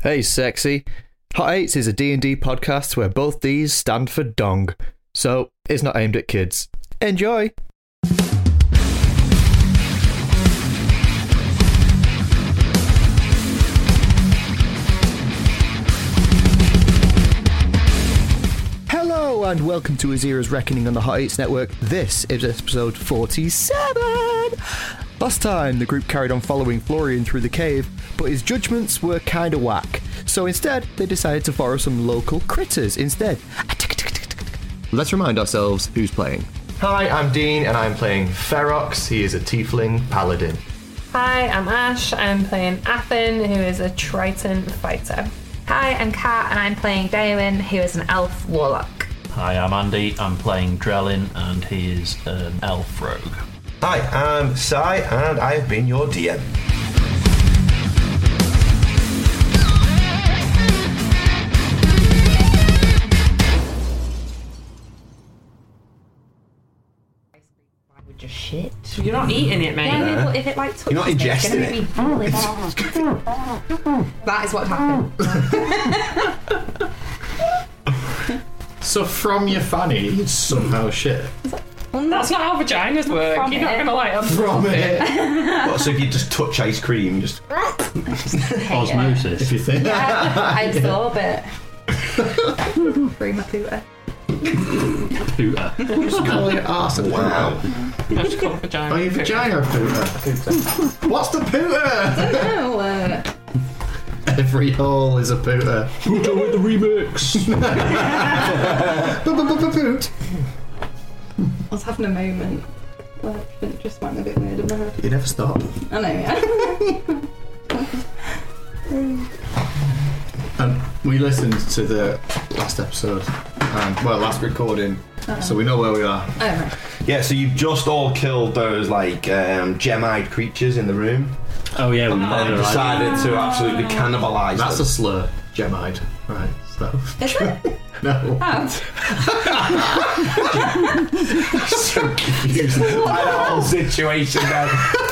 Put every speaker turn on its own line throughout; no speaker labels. Hey, sexy. Hot Eights is a D&D podcast where both these stand for dong, so it's not aimed at kids. Enjoy! Hello and welcome to Azira's Reckoning on the Hot Eights Network. This is episode 47. Last time, the group carried on following Florian through the cave, but his judgments were kinda whack. So instead, they decided to follow some local critters instead. Let's remind ourselves who's playing. Hi, I'm Dean and I'm playing Ferox. He is a tiefling paladin.
Hi, I'm Ash. I'm playing Athen, who is a Triton fighter.
Hi, I'm Kat, and I'm playing Damon, who is an elf warlock.
Hi, I'm Andy. I'm playing Drellin, and he is an elf rogue.
Hi, I'm Sai, and I've been your DM.
Just shit.
You're not eating it, mate.
I know, but if it like touches
You're not
me, it's
ingesting
gonna
it.
make me really bad. that is what happened.
So from your fanny, it's somehow shit.
That's not how vaginas work.
From
You're not
it.
gonna like them.
From it,
What, so if you just touch ice cream, just
Osmosis.
if you think.
I absorb it. Through my pooter.
Pooter.
Just call it arse and
wow.
That's called vagina.
Are you vagina pooter? What's the pooter?
Oh, uh,
Every hole is a pooter.
Pooter with the remix.
Poot.
I was having a moment. Well, it just went a bit weird in my head.
You never stop.
I know, yeah.
And Um, we listened to the last episode, and well, last recording, so we know where we are.
I don't know.
Yeah, so you've just all killed those like um, gem-eyed creatures in the room,
Oh yeah, we
and
murder
decided to
Ah.
absolutely cannibalise
That's a
them.
slur, gemide. Right, so.
Is it?
No.
Oh.
so confused by the whole situation. Now,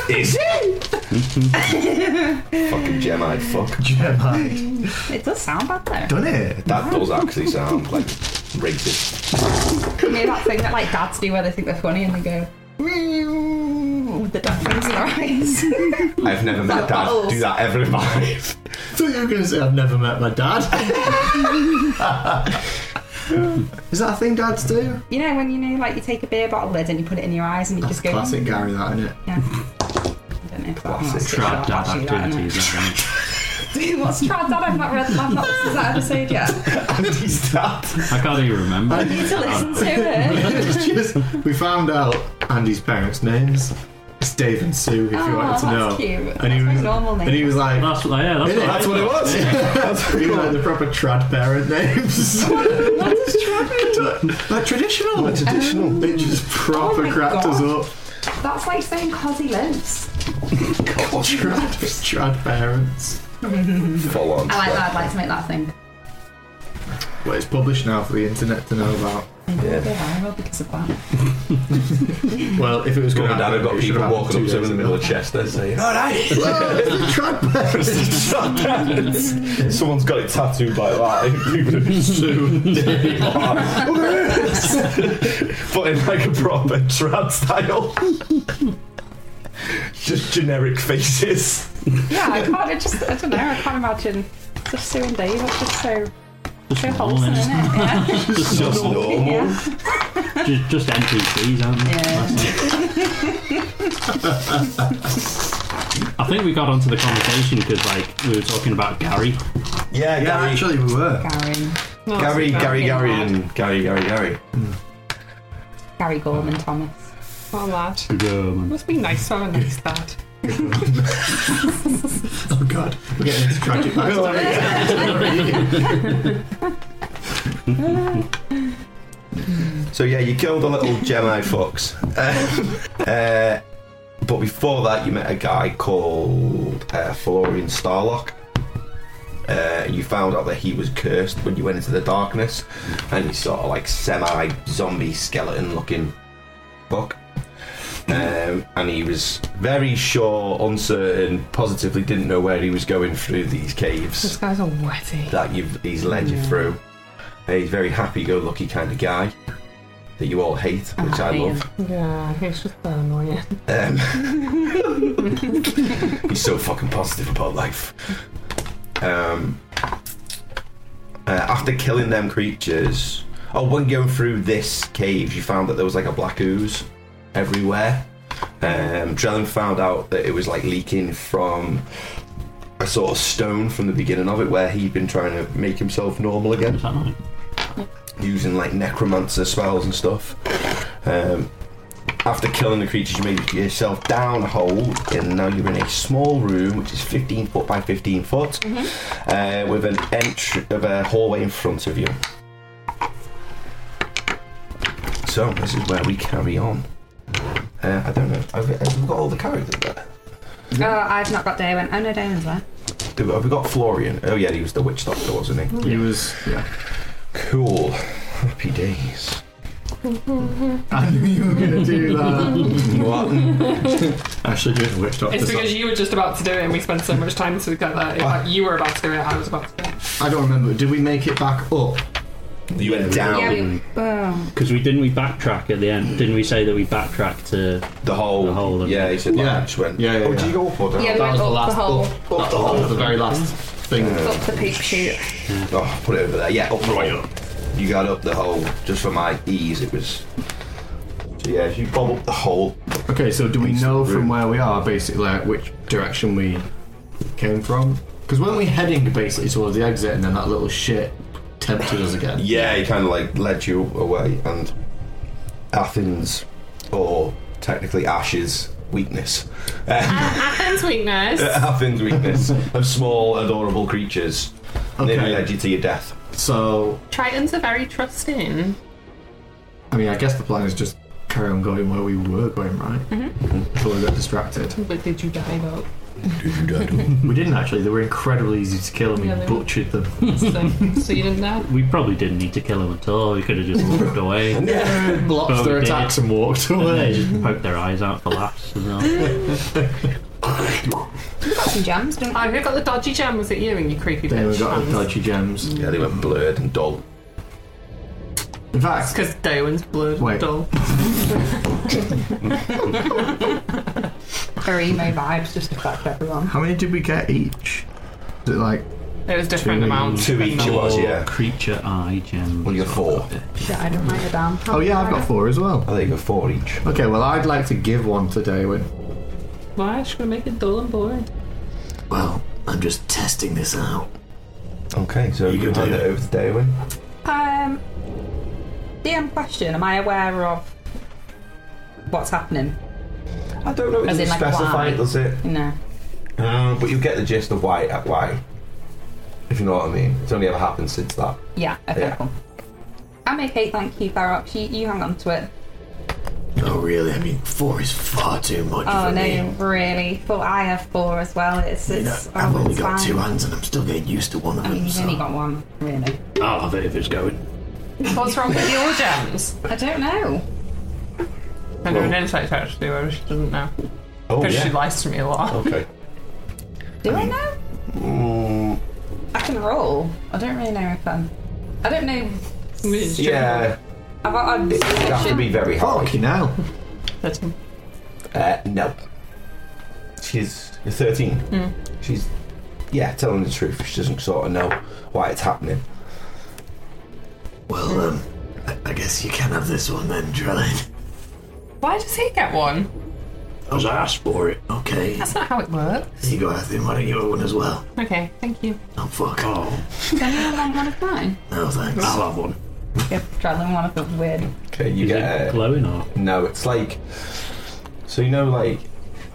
is it? Fucking gem-eyed fuck.
Gemide.
It does sound bad though.
Done it.
That does actually sound like racist.
You know that thing that like dads do where they think they're funny and they go, "Meow," with the duck in their eyes.
I've never met dad do that ever in my life.
thought you were going to say I've never met my dad. Is that a thing dads do?
You know when you know like you take a beer bottle lid and you put it in your eyes and you
That's
just go. "Mm,
classic Gary, that isn't it?
Yeah. I don't know if that- I'm not sure
trad dad
if that's actually that,
activities. isn't it?
innit? What's trad dad? I've not read. I've not listened to that episode yet.
Andy's dad.
I can't even remember.
You need to listen to it.
It's just- we found out Andy's parents' names. It's Dave and Sue, if you
Oh,
wanted
that's
to know.
cute.
And he
That's my
was,
normal name.
And he was like,
That's like, yeah, that's,
Isn't it?
what I
That's
what it
thought.
was. That's
he was like the proper trad parent names.
What is trad?
like traditional. Like
traditional.
It just proper
Oh my
cracked us
God.
up.
That's like saying Cosy lives.
Trad, trad parents.
Full on.
I like that. I'd like to make that thing.
Well, it's published now for the internet to know about.
Go viral because of that.
Well, if it was
Going
gonna
down, I've got
happen, it should
people
have
walking
happened
up to
two
him in the
days
middle
ago.
of Chester saying, All right! Someone's got it tattooed like that.
Soon.
but in like a proper trad style. Just generic faces.
Yeah, I can't. I just. I don't know. I can't imagine. Just Sue and Dave. It's just so. So wholesome, isn't it? Yeah.
Just normal.
yeah.
Just, just NPCs, aren't they?
Yeah.
That's it. I think we got onto the conversation because like we were talking about Gary.
Yeah,
Yeah,
Gary.
actually, we were.
Gary,
Gary, Gary,
fucking
Gary,
mad.
and Gary, Gary, Gary.
Gary Gorman Thomas.
Oh, lad.
Um,
Must be nice for a nice dad.
Oh god, we're getting into tragic backstory.
So yeah, you killed a little Gemini fox. Um, uh, but before that, you met a guy called uh, Florian Starlock. Uh, you found out that he was cursed when you went into the darkness, and he's sort of like semi-zombie skeleton-looking fuck. um, and he was very sure, uncertain, positively didn't know where he was going through these
Those
caves
guys are wetty.
that you've, he's led you through. Uh, he's very happy-go-lucky kind of guy that you all hate, which I love.
Yeah, it's just so annoying.
Um, he's so fucking positive about life. Um, uh, after killing them creatures, oh, when going through this cave, you found that there was like a black ooze everywhere. Um, Drellin found out that it was like leaking from a sort of stone from the beginning of it, where he'd been trying to make himself normal again
Is that right?
using like necromancer spells and stuff. Um, after killing the creatures, you made yourself down a hole, and now you're in a small room which is 15 foot by 15 foot, uh, with an entry of a hallway in front of you. So this is where we carry on. Uh, I don't know. Have, have we got all the characters there?
Oh, I've not got Damon. Oh no, Damon's there.
Do- Have we got Florian? Oh yeah, he was the witch doctor, wasn't he?
He was. Yeah.
Cool. Happy days.
I knew you were gonna do that.
What?
Actually, doing the witch doctor.
It's
so-
because you were just about to do it and we spent so much time to get that. In fact, you were about to do it, I was about to do it.
I don't remember. Did we make it back up?
You went
Yeah,
down
we. Oh.
Because we didn't we backtrack at the end? Didn't we say that we backtrack to?
The whole,
The whole of
yeah,
it.
he said, like,
Yeah.
I just went,
Yeah, yeah,
oh, did
yeah.
you go up or down?
Yeah, we went
was the
up the
last-
hole,
Up, the hole, the very last thing.
up the peak chute.
Oh, put it over there. Yeah, up the hole. You got up the hole. Just for my ease, it was. So yeah, if you bob up the hole,
Okay, so do we know
room.
from where we are basically like, which direction we came from? Because weren't we heading basically towards the exit and then that little shit tempted us again?
yeah, he kind of like led you away. And Athens, or technically Ash's weakness,
Athens weakness.
Athens' weakness of small, adorable creatures, nearly
Okay.
led you to your death.
So,
Tritons are very trusting.
I mean, I guess the plan is just carry on going where we were going, right? Until we got distracted.
But did you die though?
we didn't actually, they were incredibly easy to kill and we
Yeah, they were.
butchered them.
So, so you didn't die?
We probably didn't need to kill him at all. We could have just walked away. And
Blocked
Oh,
their
we did.
attacks and walked
they
away.
just poked their eyes out for laughs. And all.
We got some jams, didn't we?
Oh, who got the dodgy jam? Was it you and you creepy
Then
bitch?
we got the dodgy gems.
Yeah, they went blurred and dull.
In fact,
Because Darwin's blood
Wait.
dull.
Very emo vibes just to fuck everyone.
how many did we get each? Is it like
It was different
Two-
amounts.
two each of us,
Or
yeah.
Creature eye gem.
Well, you're four.
Shit, I don't mind a damn.
Oh yeah, I've got four as well.
I think you got four each.
Okay, well I'd like to give one today. When
Why? Should we make it dull and boring?
well, I'm just testing this out.
Okay, so you can hand it over to Darwin.
Um, DM question: Am I aware of what's happening?
I don't know. It
As
doesn't
in, like,
specify,
why?
does it?
No.
Um, but you get the gist of why. uh, Why, if you know what I mean. It's only ever happened since that.
Yeah. Okay.
Yeah.
Cool. I'm okay, thank you, Barox. You, you hang on to it.
No, Oh, really. I mean, four is far too much
Oh no, really? Four. I have four as well. It's it's. oh, it's fine.
hands, and I'm still getting used to one of
I mean, you've only got one, really.
I'll have it if it's going.
What's wrong with your jams?
I don't know.
I do an insight check to do where she doesn't know.
Oh
Because she lies to me a lot.
Okay.
Do I know? Mm. I can roll. I don't really know if I'm. I don't know.
It's true.
Yeah,
I've, I've,
it would have to be very high.
Fucking hell.
That's-
Uh, no. She's you're 13.
Hmm.
She's yeah, telling the truth. She doesn't sort of know why it's happening.
Well, um, I, I guess you can have this one then, Drellin.
Why does he get one?
Because I asked for it. Okay.
That's not how it works.
You got Athen, why don't you have one as well?
Okay, thank you.
Oh, fuck.
Oh,
Does anyone want one of mine?
No, thanks.
I'll have one.
Yep, Drellin, one of the weird.
Okay, you
Is
get
it
uh,
glowing or?
no. It's like so you know like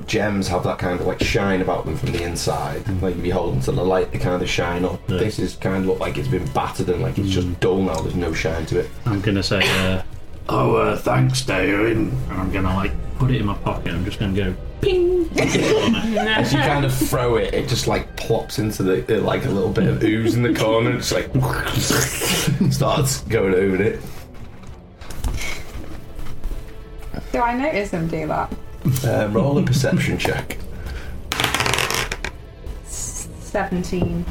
gems have that kind of like shine about them from the inside. Like if you hold them to the light, they kind of shine up.
Yeah.
This is kind of look like it's been battered and like it's just dull now. There's no shine to it.
I'm gonna say. Uh,
Oh, uh, thanks, Darren.
and I'm gonna like put it in my pocket. I'm just gonna go.
As you kind of throw it, it just like plops into the uh, like a little bit of ooze in the corner. and It's like starts going over it.
Do I notice him do that?
Uh, roll a perception check.
17.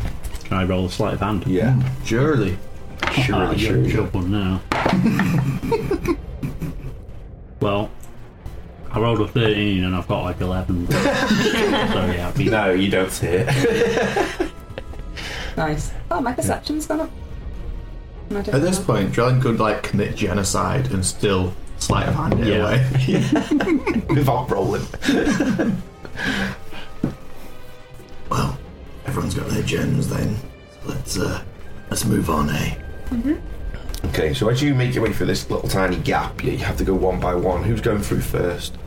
Can I roll a sleight of hand?
Yeah.
Surely.
Ah,
Surely,
you're a
surely.
good one now. well, I rolled a 13 and I've got like 11. so yeah, I mean,
No, you don't see it.
Nice. Oh, my perception's gone up. No, I don't
At this
know.
Uh-huh.
point, Drellin could like commit genocide and still sleight of hand it
Yeah.
away.
Without rolling.
Well, everyone's got their gems then. So let's uh, let's move on, eh?
Okay, so as you make your way through this little tiny gap, you you have to go one by one. Who's going through first?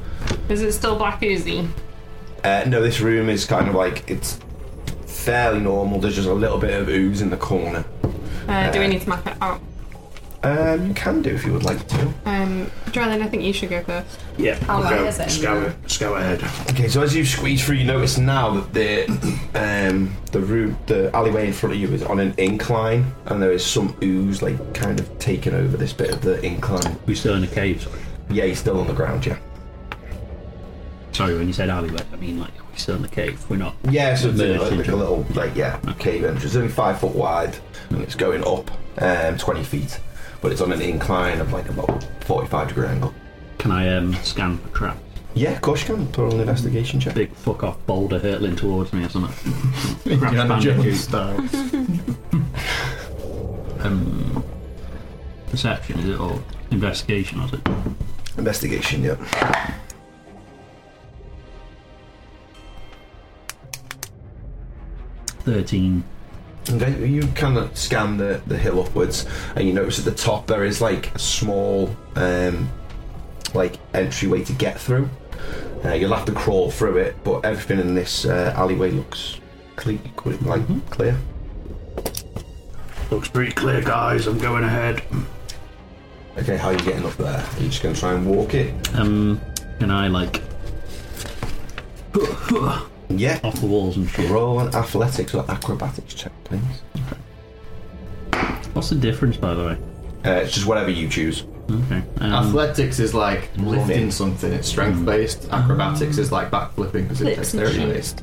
Is it still Black Uzi?
Uh, no, this room is kind of like it's fairly normal. There's just a little bit of ooze in the corner.
Uh, do we need to map it out?
Um, you can do if you would like to.
Um, Drellin, I think you should go first.
Yeah.
How
go,
light is it?
Just go, just go ahead.
Okay, so as you squeeze through, you notice now that the um, the room, the alleyway in front of you is on an incline, and there is some ooze like kind of taking over this bit of the incline.
we're still in a cave, sorry.
Yeah, he's still on the ground. Yeah.
Sorry, when you said alleyway, I mean like we're still in the cave. We're not.
Yeah, so it's
Merged
like, like
into-
a little like yeah cave entrance. It's only five foot wide, and it's going up um, twenty feet, but it's on an incline of like about forty-five degree angle.
Can I um, scan for traps?
Yeah, of course you can. Throw an investigation check.
Big fuck off boulder hurtling towards me or something. Crap
Indiana
bandit.
Jones style.
Um, perception is it or investigation was it?
Investigation, yeah.
Thirteen.
Okay, you kind of scan the, the hill upwards, and you notice at the top there is like a small um, like entryway to get through. Uh, you'll have to crawl through it, but everything in this uh, alleyway looks clear, like clear.
Mm-hmm. Looks pretty clear, guys. I'm going ahead.
Okay, how are you getting up there? Are you just going to try and walk it?
Um, can I like
Yeah.
off the walls and shit?
Roll an athletics or acrobatics check, please.
What's the difference, by the way?
Uh, it's just whatever you choose.
Okay. Um,
Athletics is like lifting
Running.
something. It's strength
Mm.
based. Acrobatics is like backflipping because it's
Flips and
dexterity
shit.
based.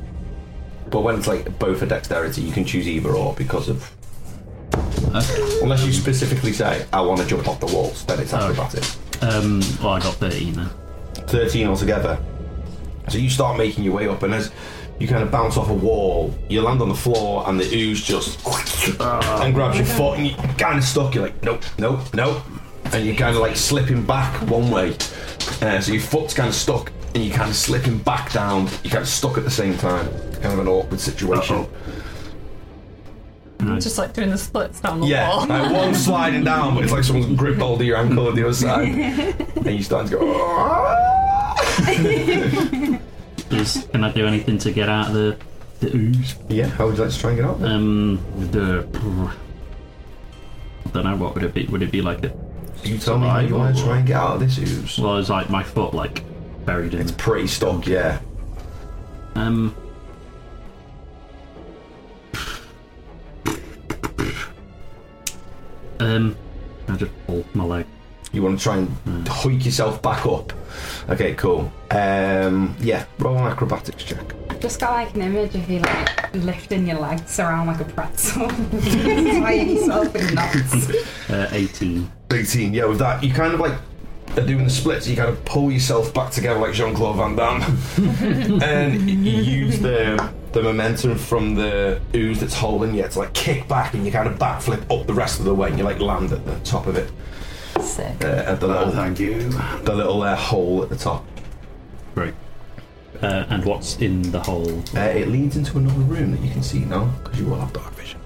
But when it's like both are dexterity, you can choose either or because of.
okay.
Unless you specifically say, I want to jump off the walls, then it's
Oh.
acrobatics.
Um, well, I got thirteen then.
13 altogether. So you start making your way up, and as you kind of bounce off a wall, you land on the floor, and the ooze just and grabs your foot, and you're kind of stuck. You're like, nope, nope, nope, and you're kind of like slipping back one way. Uh, so your foot's kind of stuck, and you're kind of slipping back down. You're kind of stuck at the same time. Kind of an awkward situation.
Just like doing the splits down the
Yeah,
wall.
like one sliding down, but it's like someone's gripped hold of your ankle on the other side, and you start to go. "Ah."
Does, can I do anything to get out of the the ooze?
yeah, how would you like to try and get out?
Um, the I don't know what would it be. Would it be like a
You tell me how you want to try and get out of this ooze.
well? It's like my foot like buried in.
It's pretty stuck, yeah.
Um. Um, I just pulled my leg.
You want to try and hoik yourself back up. Okay, cool. Um, yeah, roll an acrobatics check.
Just got like an image of you like lifting your legs around like a pretzel. Swaying yourself in knots.
Uh, 18.
18, yeah, with that, you kind of like are doing the splits, you kind of pull yourself back together like Jean Claude Van Damme. and you use the the momentum from the ooze that's holding you to like kick back and you kind of backflip up the rest of the way and you like land at the top of it,
Sick.
uh, at the little,
Thank you.
the little uh, hole at the top.
Right. Uh, and what's in the hole?
Uh, it leads into another room that you can see now because you all have dark vision.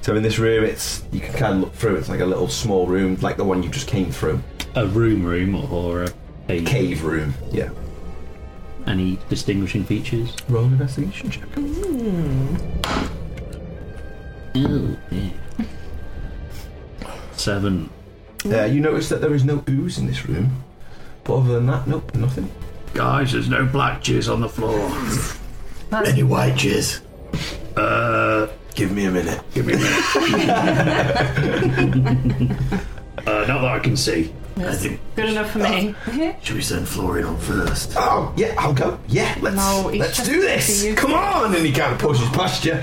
so in this room, it's you can kind of look through. It's like a little small room, like the one you just came through,
A room, room, or a cave?
cave room. Yeah.
Any distinguishing features?
Roll an investigation check.
Ooh, Seven.
Uh, you notice that there is no ooze in this room, but other than that, nope, nothing.
Guys, there's no black jizz on the floor. Any white jizz? Uh, give me a minute. Give me a minute. uh, not that I can see. I think.
Good enough for me.
Should we send Florian on first?
Oh yeah, I'll go. Yeah, let's
No, it's
let's
just
do
for
this.
you.
Come on! And he kind of pushes past you.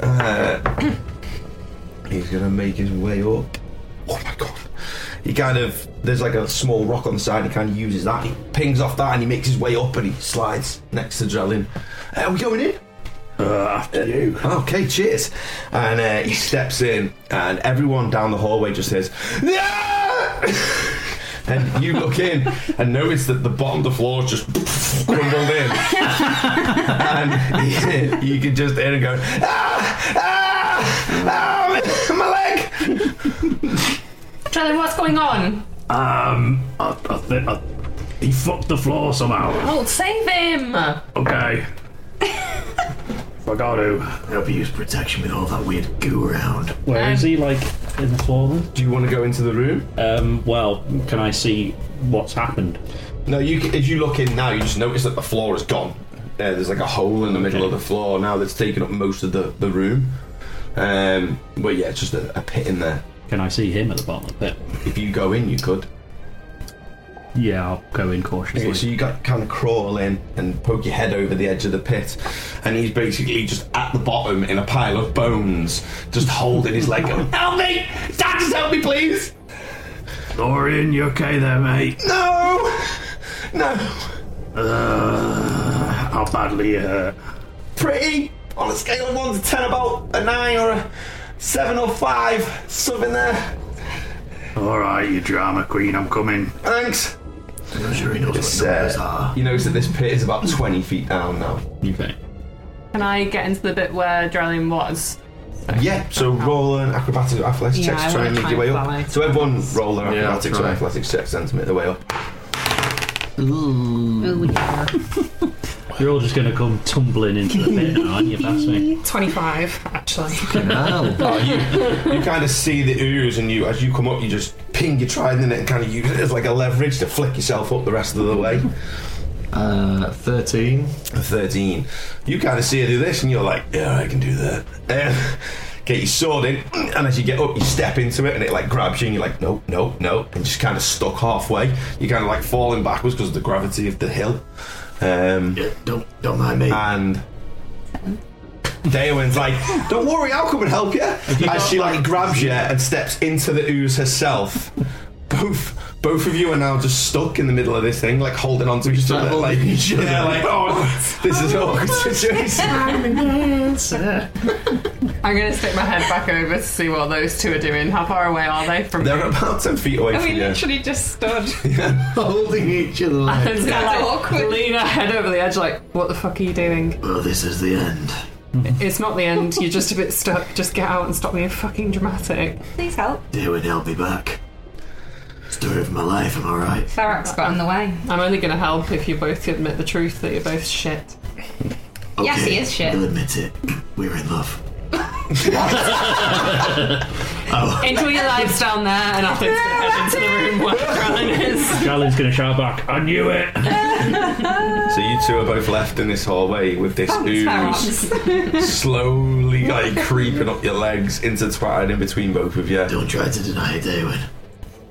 Uh, he's gonna make his way up. Oh my god! He kind of there's like a small rock on the side. He kind of uses that. He pings off that and he makes his way up and he slides next to Drellin. Uh, are we going in?
Uh, after you.
Okay, cheers. And uh, he steps in, and everyone down the hallway just says, "Yeah!" and you look in and notice that the bottom of the floor just crumbled in, and you can just hear him going, "Ah, ah, ah, my leg!"
Tell him what's going on.
Um, I, I think I, he fucked the floor somehow.
Oh, save him!
Okay. if I got to, help you use protection with all that weird goo around.
Where is he? Like in the floor? Then?
Do you want to go into the room?
Um. Well, can I see what's happened?
No, you. c- If you look in now, you just notice that the floor is gone. Uh, there's like a hole in the middle of the floor now that's taken up most of the the room. Um, but yeah, it's just a, a pit in there.
Can I see him at the bottom of the pit?
If you go in, you could.
Yeah, I'll go in
Okay, so
cautiously.
you got kind of crawl in and poke your head over the edge of the pit, and he's basically just at the bottom in a pile of bones, just holding his leg. Going, help me! Dad, just help me, please!
Florian, you okay there, mate?
No, no,
Uh, how badly you hurt?
pretty. On a scale of one to ten, about a nine or a seven or five, something there.
Alright, you drama queen, I'm coming. uh,
Thanks.
I'm sure he knows what numbers are.
you notice that this pit is about twenty feet down now.
Okay.
Can I get into the bit where Drellian was?
Yeah, so roll an acrobatics or athletics
Yeah,
checks
I
to try and
wanna
make
try
your way up.
athletics.
So everyone roll their
Yeah, I'll
acrobatics or
try.
athletics checks then to make their way up.
You're all just going to come tumbling into the pit, now, aren't you? If That's me.
25, actually.
Oh, you, you kind of see the ooze, and you as you come up, you just ping your trident in it and kind of use it as like a leverage to flick yourself up the rest of the way.
Uh, 13.
Thirteen, you kind of see her do this, and you're like, "Yeah, I can do that." Um, get your sword in, and as you get up, you step into it, and it like grabs you, and you're like, "Nope, nope, nope," and just kind of stuck halfway. You're kind of like falling backwards because of the gravity of the hill. Um,
Yeah, don't, don't mind me.
and Daywin's like, "Don't worry, I'll come and help you." As she like grabs you and steps into the ooze herself. Both both of you are now just stuck in the middle of this thing, like holding onto each
like
other, like
holding each
yeah,
other.
like oh, this is an awkward situation.
I'm gonna stick my head back over to see what those two are doing. How far away are they from
They're about ten feet away
And
from
we
you.
literally Um, just stood
Holding each other like.
and kind of like lean our head over the edge, like, what the fuck are you doing?
well, "Oh, this is the end.
It's not the end, you're just a bit stuck. Just get out and stop being fucking dramatic.
Please help.
Darwin help me back. Story of my life, am I right?
Barak's got in the way.
I'm only gonna help if you both admit the truth that you're both shit.
Okay,
Yes, he is shit.
He'll admit it. We're in love.
Enjoy your lives down there, and I'll then head into the room where Caroline is.
Jalen's going to shout back. I knew it.
So you two are both left in this hallway with this ooze
Baraks.
slowly like creeping up your legs, intertwined in between both of you.
Don't try to deny it, Darwin.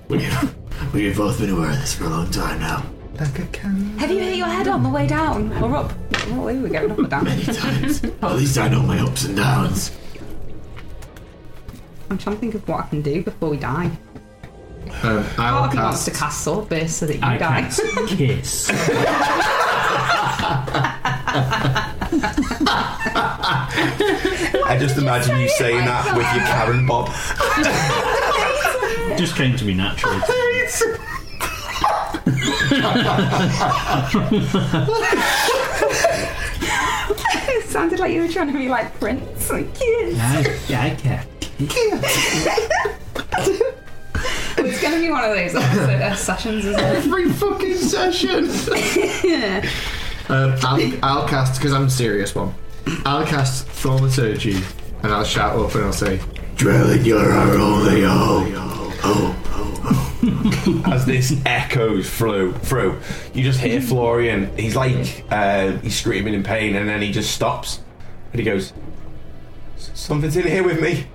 We've, we've both been aware of this for a long time now.
Have you hit your head on the way down or up? Oh, we were going up or down.
Many times. At least I know my ups and downs.
I'm trying to think of what I can do before we die.
Um,
Oh,
I'll
he wants
cast.
to cast sword burst so that you
I
die.
cast kiss.
I just imagine you saying that with your Karen Bob.
just came to me naturally.
It sounded like you were trying to be like Prince. Like, yes.
I, I can.
It's going to be one of those episode, uh, sessions, isn't it?
Every fucking session! um, I'll, I'll cast, because I'm a serious one. I'll cast Thaumaturgy and I'll shout up and I'll say,
Drellin, you're our only hope. Hope, hope, hope.
as this echoes through through you just hear florian he's like uh, he's screaming in pain and then he just stops and he goes something's in here with me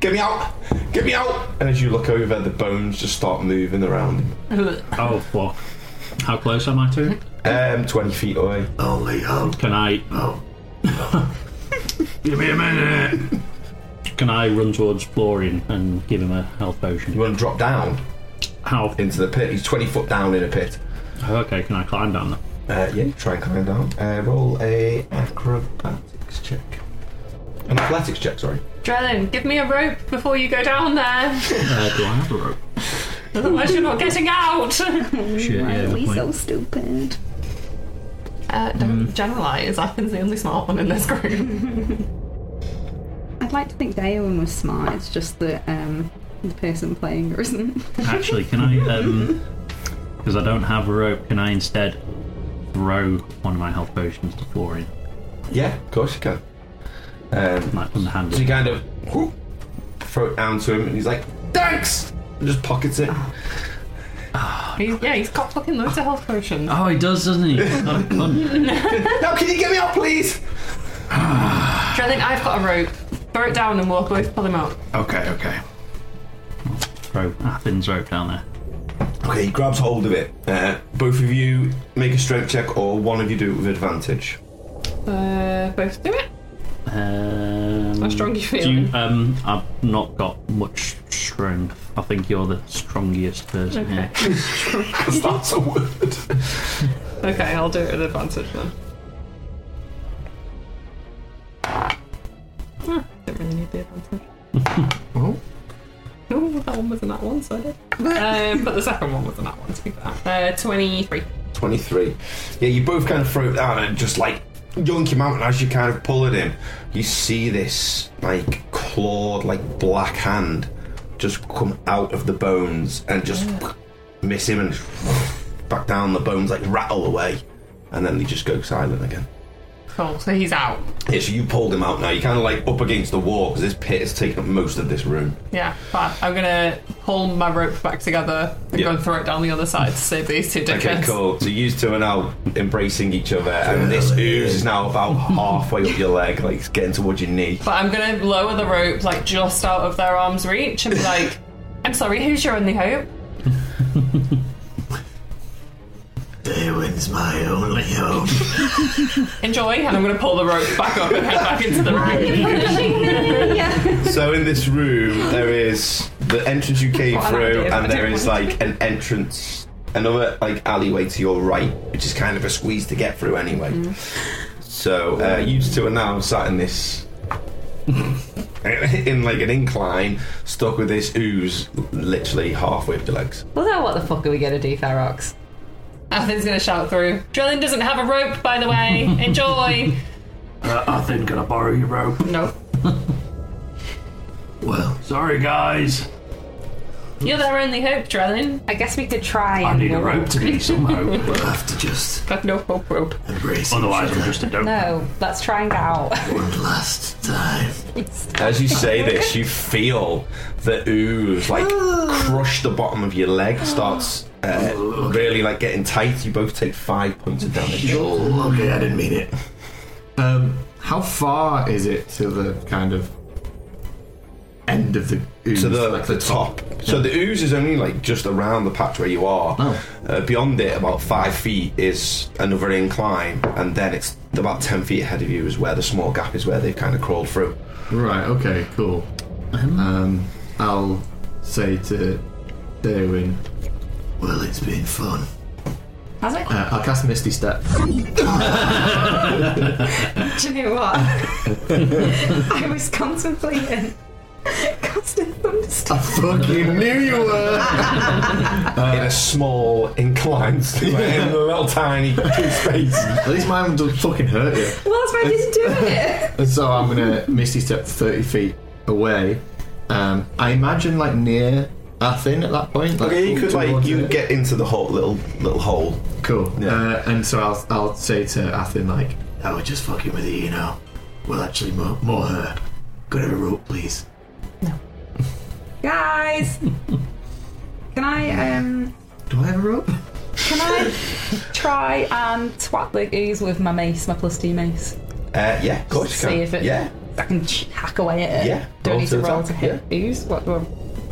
get me out Get me out! And as you look over, the bones just start moving around him.
Oh fuck! How close am I to? it?
Um, 20 feet away.
Holy hell.
Can I
Give me a minute.
can I run towards Florian and give him a health
You
potion?
want to drop down
How?
into the pit? He's 20 foot down in a pit.
Okay, can I climb down there?
Uh, yeah, try and climb down. Uh, roll a acrobatics check. An athletics check, sorry.
Drellin, give me a rope before you go down there.
Uh, do I have a rope?
Otherwise, you're not getting out.
Shit, yeah. good point.
stupid?
Uh, don't
Hmm.
generalise. Ethan's the only smart one in this group.
I'd like to think Dayon was smart. It's just that um, the person playing her isn't.
Actually, can I? um 'cause because I don't have a rope, can I instead throw one of my health potions to Florian?
Yeah, of course you can. Um,
Like
so you
unhanded.
kind of whoop, throw it down to him, and he's like, thanks! And just pockets it.
He's, yeah, he's got fucking loads of health potions.
Ah.
Oh, he does, doesn't he? What a cunt.
Now, can you get me out, please?
Drellin, I've got a rope. Throw it down and we'll both pull him up.
Okay, okay.
Throw Athens rope down there.
Okay, he grabs hold of it. Uh, both of you make a strength check, or one of you do it with advantage.
Uh, both do it.
Um,
How strong you
do you,
feeling?
um, I've not got much strength. I think you're the strongest person here.
Because that's a word.
Okay, I'll do it at advantage then. Ah, don't really need the advantage. oh. No, that one was in that one, so I did. um, but the second one was in that one, to be fair. Uh, 23.
23. Yeah, you both kind of throw it down and just like yank him out, and as you kind of pull at him, you see this like clawed, like black hand just come out of the bones and just miss him and back down. The bones like rattle away, and then they just go silent again.
Cool, so he's out.
Yeah, so you pulled him out now. You're kind of like up against the wall because this pit is taking up most of this room.
Yeah, fine. I'm gonna pull my rope back together and
Yeah.
go and throw it down the other side to save these two dickheads.
Okay, cool. So you two are now embracing each other, and this ooze is now about halfway up your leg, like it's getting towards your knee.
But I'm gonna lower the rope like just out of their arm's reach and be like, I'm sorry, who's your only hope?
Darwin's my only hope.
Enjoy, and I'm gonna pull the rope back up and head back into the room.
So in this room, there is the entrance you came
What an
through,
idea. I
and there
don't
is
want
like an entrance, another like alleyway to your right, which is kind of a squeeze to get through anyway.
Mm.
So uh, you two are now sat in this, in like an incline, stuck with this ooze, literally halfway up your legs.
Well, now what the fuck are we gonna do, Ferox?
Athen's gonna shout through. Drellin doesn't have a rope, by the way. Enjoy.
Uh, I think gonna borrow your rope.
no,
Well, sorry guys.
you're their only hope, Drellin.
I guess we could try.
I
and
need a
walk.
rope to be somehow. We'll have to just
Got no hope rope.
embrace
Otherwise,
each
I'm
other
just a dope.
No, let's try and get out.
one last time.
As you say this, you feel the ooze like crush the bottom of your leg, starts uh, really like getting tight. You both take five points of damage.
Oh, okay, I didn't mean it.
Um, how far is it to the kind of end of the ooze?
to the,
like
the top. So the ooze is only like just around the patch where you are.
Oh.
Uh, beyond it, about five feet is another incline, and then it's about ten feet ahead of you is where the small gap is where they've kind of crawled through.
Right. Okay. Cool. Um, I'll say to Darwin,
Well, it's been fun.
Has it?
Ah.
uh, I'll cast Misty Step.
Do you know what? I was uh, contemplating casting thunderstruck.
Fucking knew you were.
in a small incline, so you're in a little tiny space.
At least mine doesn't fucking hurt you.
Well, that's why I didn't do it.
And so I'm gonna Misty Step thirty feet away. Um, I imagine like near Athen at that point. Like,
Okay, you could like
towards
you
it.
get into the whole little little hole.
cool.
Yeah.
Uh, and so I'll I'll say to Athen like,
I was just fucking with you, you know. Well, actually, more, more her. Could I have a rope, please?
Guys, can I um
Do I have a rope?
can I try um, and twat the ooze with my mace, my plus two mace?
Uh, yeah, of course you
See
can.
if it
yeah,
I can ch- hack away at it.
Yeah,
Do I
roll
need
to
to roll to
attack,
hit these? What do I?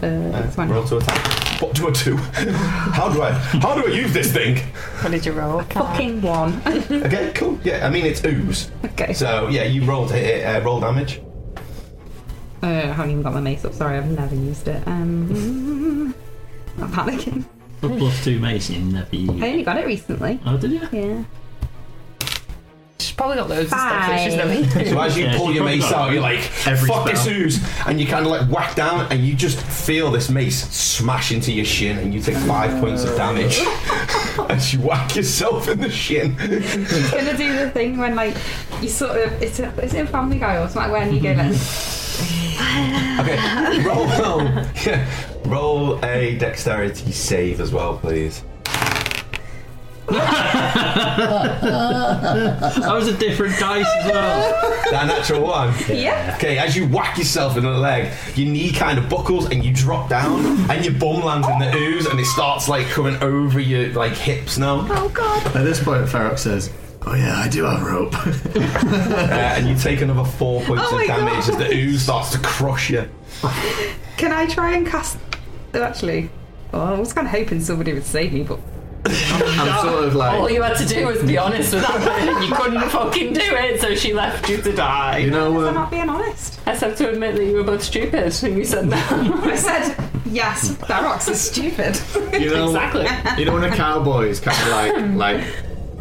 Uh, it's fine.
Roll to attack. What do I do? How do I? How do I use this thing?
What did you roll?
Fucking one.
Okay, cool. Yeah, I mean it's ooze.
okay.
So yeah, you rolled hit it. Uh, roll damage.
Uh, I haven't even got my mace up. Sorry, I've never used it. Um, I'm panicking.
A plus two mace in there for you.
I only got it recently.
Oh, did you?
Yeah.
She's probably got loads of stuff that she's never
Five.
So as you
Yeah,
pull
you
your
probably
mace
got
out, you're like,
every
"Fuck this
spell."
ooze," and you kind of like whack down, and you just feel this mace smash into your shin, and you take five points of damage as you whack yourself in the shin.
She's gonna do the thing when like you sort of it's a, it's in Family Guy or something when you go like
Okay, roll, roll, yeah, roll a dexterity save as well, please.
That was a different dice as well.
That natural one.
yeah.
Okay, as you whack yourself in the leg, your knee kind of buckles and you drop down, and your bum lands in the ooze, and it starts like coming over your like hips now,
Oh God.
At this point, Farrock says, "Oh yeah, I do have rope."
uh, and you take another four points
Oh
of
my
damage
God.
as the ooze starts to crush you.
Can I try and cast? Oh, actually, oh, I was kind of hoping somebody would save me, but
I'm sort of
All
like,
you had to do was be honest with that person. You couldn't fucking do it, so she left you to
you
die.
know,
I'm
um,
not being honest.
Except to admit that you were both stupid when you said that.
I said yes. Barox is stupid.
you know,
exactly.
you know when a cowboy is kind of like, like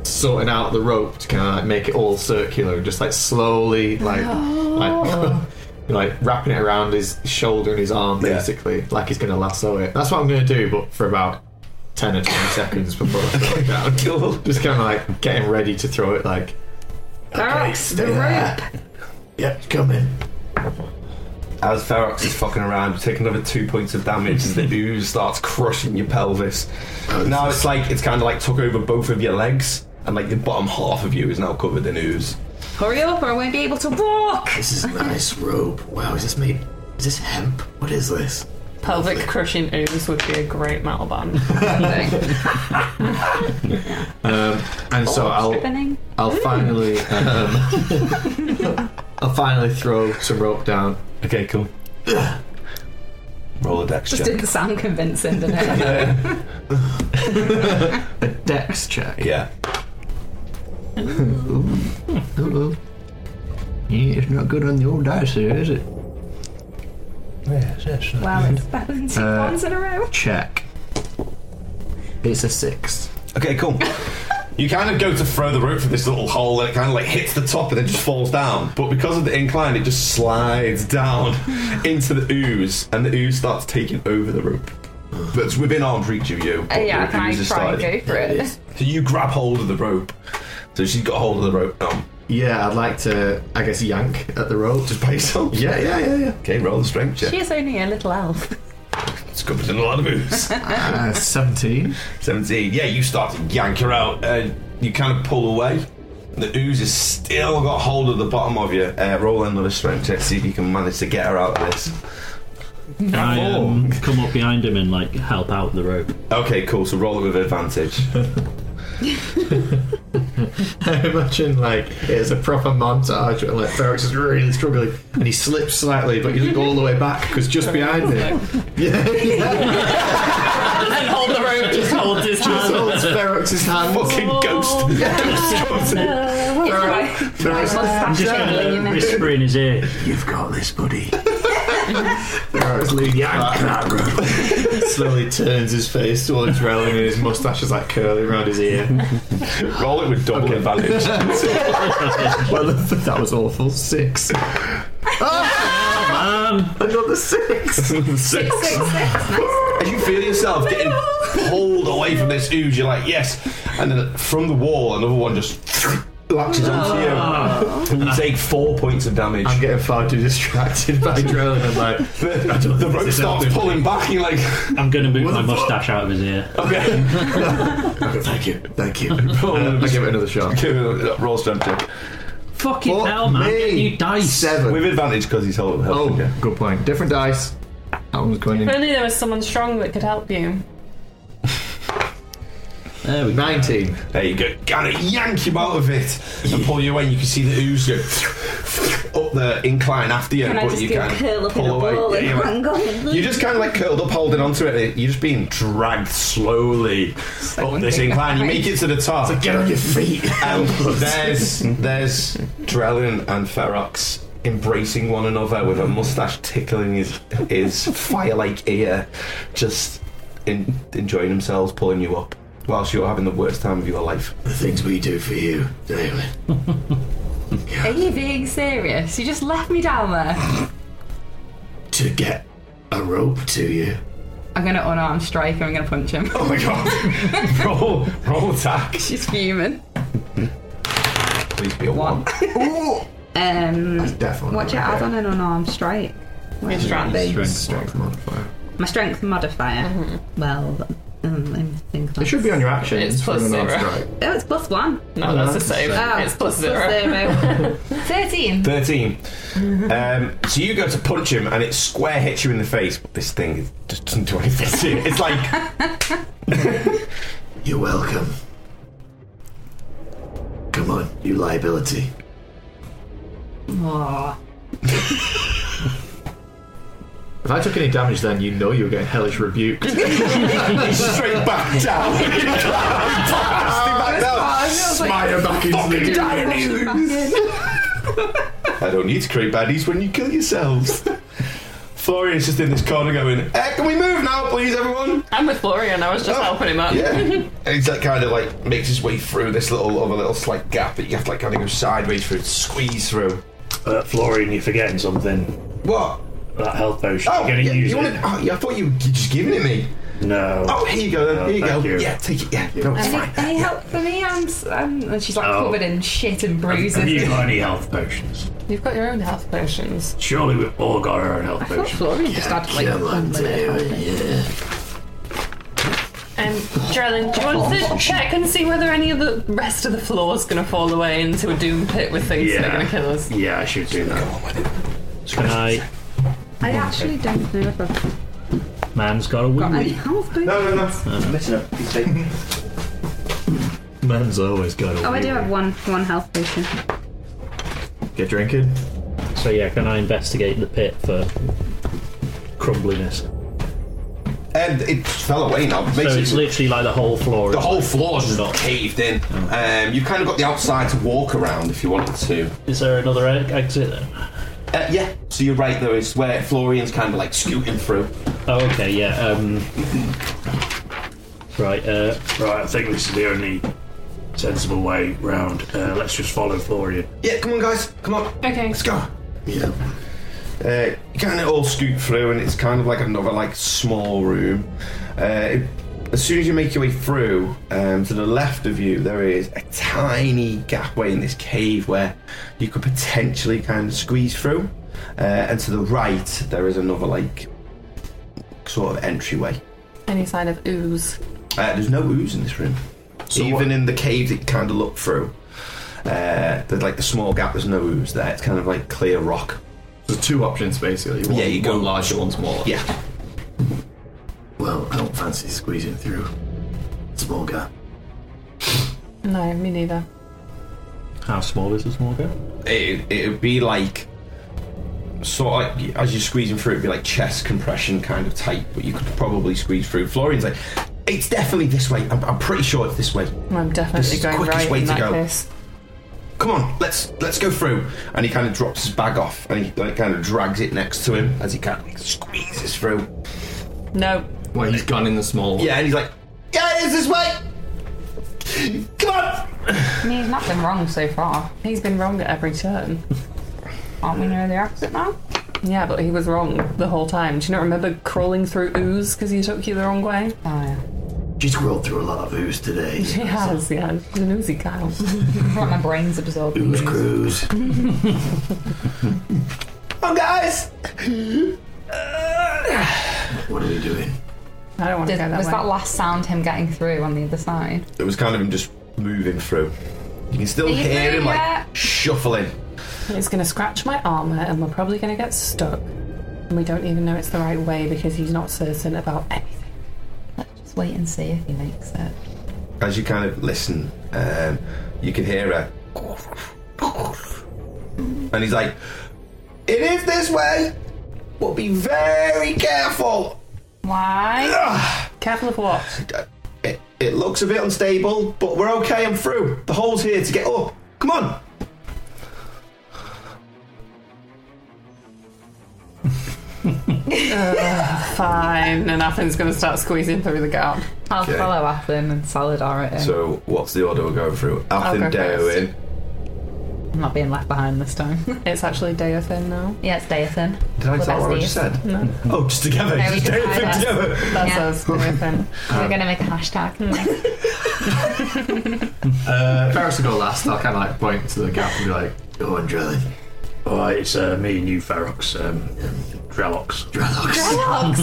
sorting out the rope to kind of like make it all circular, and just like slowly, like, like. Like wrapping it around his shoulder and his arm,
Yeah.
basically, like he's going to lasso it. That's what I'm going to do, but for about ten or twenty seconds before I throw it down.
Cool.
Just kind of like getting ready to throw it. Like,
Barox, Oh, the rope.
yep, come in.
As Ferox is fucking around, you take another two points of damage as the ooze starts crushing your pelvis.
Oh,
Now it's like it's kind of like took over both of your legs, and like the bottom half of you is now covered in ooze.
Hurry up, or I won't be able to walk.
This is a nice rope. Wow, is this made? Is this hemp? What is this?
Pelvic crushing ooze would be a great metal band.
Um, and
Oh,
so I'll,
Happening.
I'll finally, um, I'll finally throw some rope down.
Okay, cool. Roll a dex
Just
check.
didn't sound convincing, did it?
A dex check.
Yeah.
It's not good on the old dice here, is it?
Well, it's better than two
Uh,
ones in a row.
Check. It's a six.
Okay, cool. You kind of go to throw the rope through this little hole, and it kind of like hits the top, and then just falls down. But because of the incline, it just slides down into the ooze, and the ooze starts taking over the rope. But it's within arm's reach of you.
Uh,
but
yeah,
the
can I
ooze has
try and
started-
go for it?
So you grab hold of the rope. So she's got hold of the rope now.
Yeah, I'd like to, I guess, yank at the rope.
Just by yourself.
Yeah, yeah, yeah, yeah.
Okay, roll the strength check.
She's only a little elf.
It's covered in a lot of ooze.
Uh, Seventeen.
17. Yeah, you start to yank her out. Uh, you kind of pull away. The ooze has still got hold of the bottom of you. Uh, roll another strength check, see if you can manage to get her out of this.
Can I um, come up behind him and like help out the rope?
Okay, cool. So roll it with advantage.
I imagine like it's a proper montage where like Ferrex is really struggling and he slips slightly but he doesn't go all the way back because just behind him yeah, yeah
and hold the rope, just holds his
just
hand.
holds Ferrex's hand
Fucking
Oh.
ghost. Ghost comes in.
I'm
Just gonna whisper in his ear.
You've got this, buddy.
Ferrex leans back
Can't grow.
slowly turns his face towards Relin and his moustache is like curling around his ear
Roll it with double advantage.
well th- that was awful six
Um,
another six
Six. As you feel yourself getting pulled away from this ooze, you're like, yes. And then from the wall, another one just latches onto you. And you take four points of damage.
I'm getting far too distracted by Drellin and like
the, the rope starts pulling back, and you're like,
I'm gonna move
What
my
the fuck?
mustache out of his ear.
okay.
thank you thank you uh, I give it another shot
Give it a roll strength check.
Fucking
Fuck
hell, man!
me.
Get new dice.
seven
With advantage because he's holding
Oh, good point. Different dice. That one's going
If
in.
only there was someone strong that could help you.
There we go.
19.
There you go. Kind of yank him out of it and pull you away, and you can see the ooze go up the incline after you,
Can I
but
just
you
go
can
curl up in
pull
a
away.
ball
Yeah,
and
you're like-
hang on?
you're just kind of like curled up, holding onto it. and You're just being dragged slowly up this
take
incline. You
that
make it to the top.
Get on your feet.
and there's there's Drellin and Ferox embracing one another with a mustache tickling his his fire-like ear, just in, enjoying themselves, pulling you up, whilst you're having the worst time of your life.
the things we do for you, David.
Are you being serious? You just left me down there.
To get a rope to you.
I'm gonna unarmed strike and I'm gonna punch him.
Oh my god! roll, roll attack.
She's fuming.
Please be a one.
Um,
Definitely.
what's your add on an unarmed strike? Where's that be?
Strength.
Strength modifier.
My strength modifier. Mm-hmm. Well, um, let me think.
It should be on your action.
It's plus
from an arm
zero.
strike.
Oh, it's plus one.
No, that's the same.
Oh,
it's plus zero.
zero. Thirteen.
13. Um, so you go to punch him and it square hits you in the face, but this thing is- just doesn't do anything to you. It's like,
You're welcome. Come on, you liability.
Aw.
If I took any damage, then you know you were getting hellish rebuked.
he's straight back down. back down.
Smire back into the
I don't need to create baddies when you kill yourselves. Florian's just in this corner going, eh, can we move now, please, everyone?
I'm with Florian. I was just
Oh,
helping him up.
Yeah. and he's like kind of like makes his way through this little other little slight gap that you have to like kind of go sideways through, squeeze through.
Uh, Florian, you're forgetting something.
What?
That health potion.
Oh,
you're gonna
yeah,
use
you
it.
wanted, oh yeah, I thought you were just giving it me.
No.
Oh, here you go then.
No,
here you go.
thank you.
Yeah, take it. Yeah, no, it's
Any,
fine.
any help for me? I'm, s- I'm- and she's like
Oh.
covered in shit and bruises.
Have you got any health potions?
You've got your own health potions.
Surely we've all got our own health
Thought
potions.
Florian just had like
Come on,
one minute.
David, yeah.
Um, Drellin, do you want to check and see whether any of the rest of the floor's going to fall away into a doom pit with things that are
Yeah.
going to kill us?
Yeah, I should do that. Can I?
I actually don't know if I've
Man's got a
got any
wee.
health boots.
No, no, no.
I'm missing a piece of
Man's always got a
Oh, I
wee
do have one one health potion.
wee. Get drinking.
So yeah, can I investigate the pit for crumbliness?
And it fell away now.
So
Basically,
it's literally like the whole floor.
the
is-
whole floor's
Not-
just caved in.
Oh.
Um, you've kind of got the outside to walk around if you wanted to.
Is there another e- exit? Then?
Uh, yeah. So you're right. There is where Florian's kind of like scooting through.
Oh, okay, yeah. Um, right. Uh,
Right, I think this is the only sensible way round. Uh, let's just follow Florian.
Yeah, come on, guys. Come on.
Okay.
Let's go.
Yeah.
Uh, you kind of all scoot through, and it's kind of like another like small room. Uh, it- as soon as you make your way through, um, to the left of you, there is a tiny gapway in this cave where you could potentially kind of squeeze through. Uh, and to the right, there is another like sort of entryway.
Any sign of ooze?
Uh, there's no ooze in this room. Even
what-
in the cave that you kind of look through, uh, there's like the small gap. There's no ooze there. It's kind of like clear rock.
There's two options basically. One,
Yeah, you go-
one larger, one smaller.
Yeah.
Well, I don't fancy squeezing through. Small gap.
No, me neither.
how small is the small guy?
it it would be like sort of like as you're squeezing through, it'd be like chest compression kind of tight, but you could probably squeeze through. Florian's like, it's definitely this way. I'm, I'm pretty sure it's this way.
I'm
This
definitely
is the
going
quickest
right
way
in
to
that
go.
case.
Come on, let's let's go through. And he kind of drops his bag off, and he like, kind of drags it next to him as he kind of like, squeezes through.
No.
Well, he's gone in the small.
Yeah, and he's like, yeah, it's this way. Come on.
I mean, he's not been wrong so far.
He's been wrong at every turn.
Aren't we near the opposite now?
Yeah, but he was wrong the whole time. Do you not remember crawling through ooze because he took you the wrong way?
Oh yeah.
She's crawled through a lot of ooze today.
He has, yeah. He's an oozy cow.
Right, my brain's absorbed.
Ooze cruise.
Come on, guys.
What are we doing?
I don't want to
Did,
go that
was
way.
that last sound him getting through on the other side?
It was kind of him just moving through. You can still
Are you
hear
through
him
yet?
like shuffling.
It's going to scratch my armour and we're probably going to get stuck. And we don't even know it's the right way because he's not certain about anything.
Let's just wait and see if he makes it.
as you kind of listen, um, you can hear her. And he's like, It is this way, but be very careful.
Why?
Careful of what?
It, it looks a bit unstable, but we're okay. I'm through. The hole's here to get up. Come on.
Fine. And Athen's going to start squeezing through the gap.
I'll
Okay.
follow Athen and Saladar it in.
So, what's the order we're going through? Athen
I'll go first.
Darwin.
I'm not being left behind this time.
It's actually Deothin now.
yeah, it's Dathan.
Did I
The
tell what I
besties.
just said? Oh, just together.
No, we
Just
just
Darwin
highlight.
together.
That's
Yeah.
us, Deothin.
We're gonna make a
Hmm.
hashtag.
Uh, Ferris will go last. I'll kind of like point to the gap and be like,
Go on, Drellin. Alright, it's uh, me and you, Ferox. Um, Drelox. Drelox.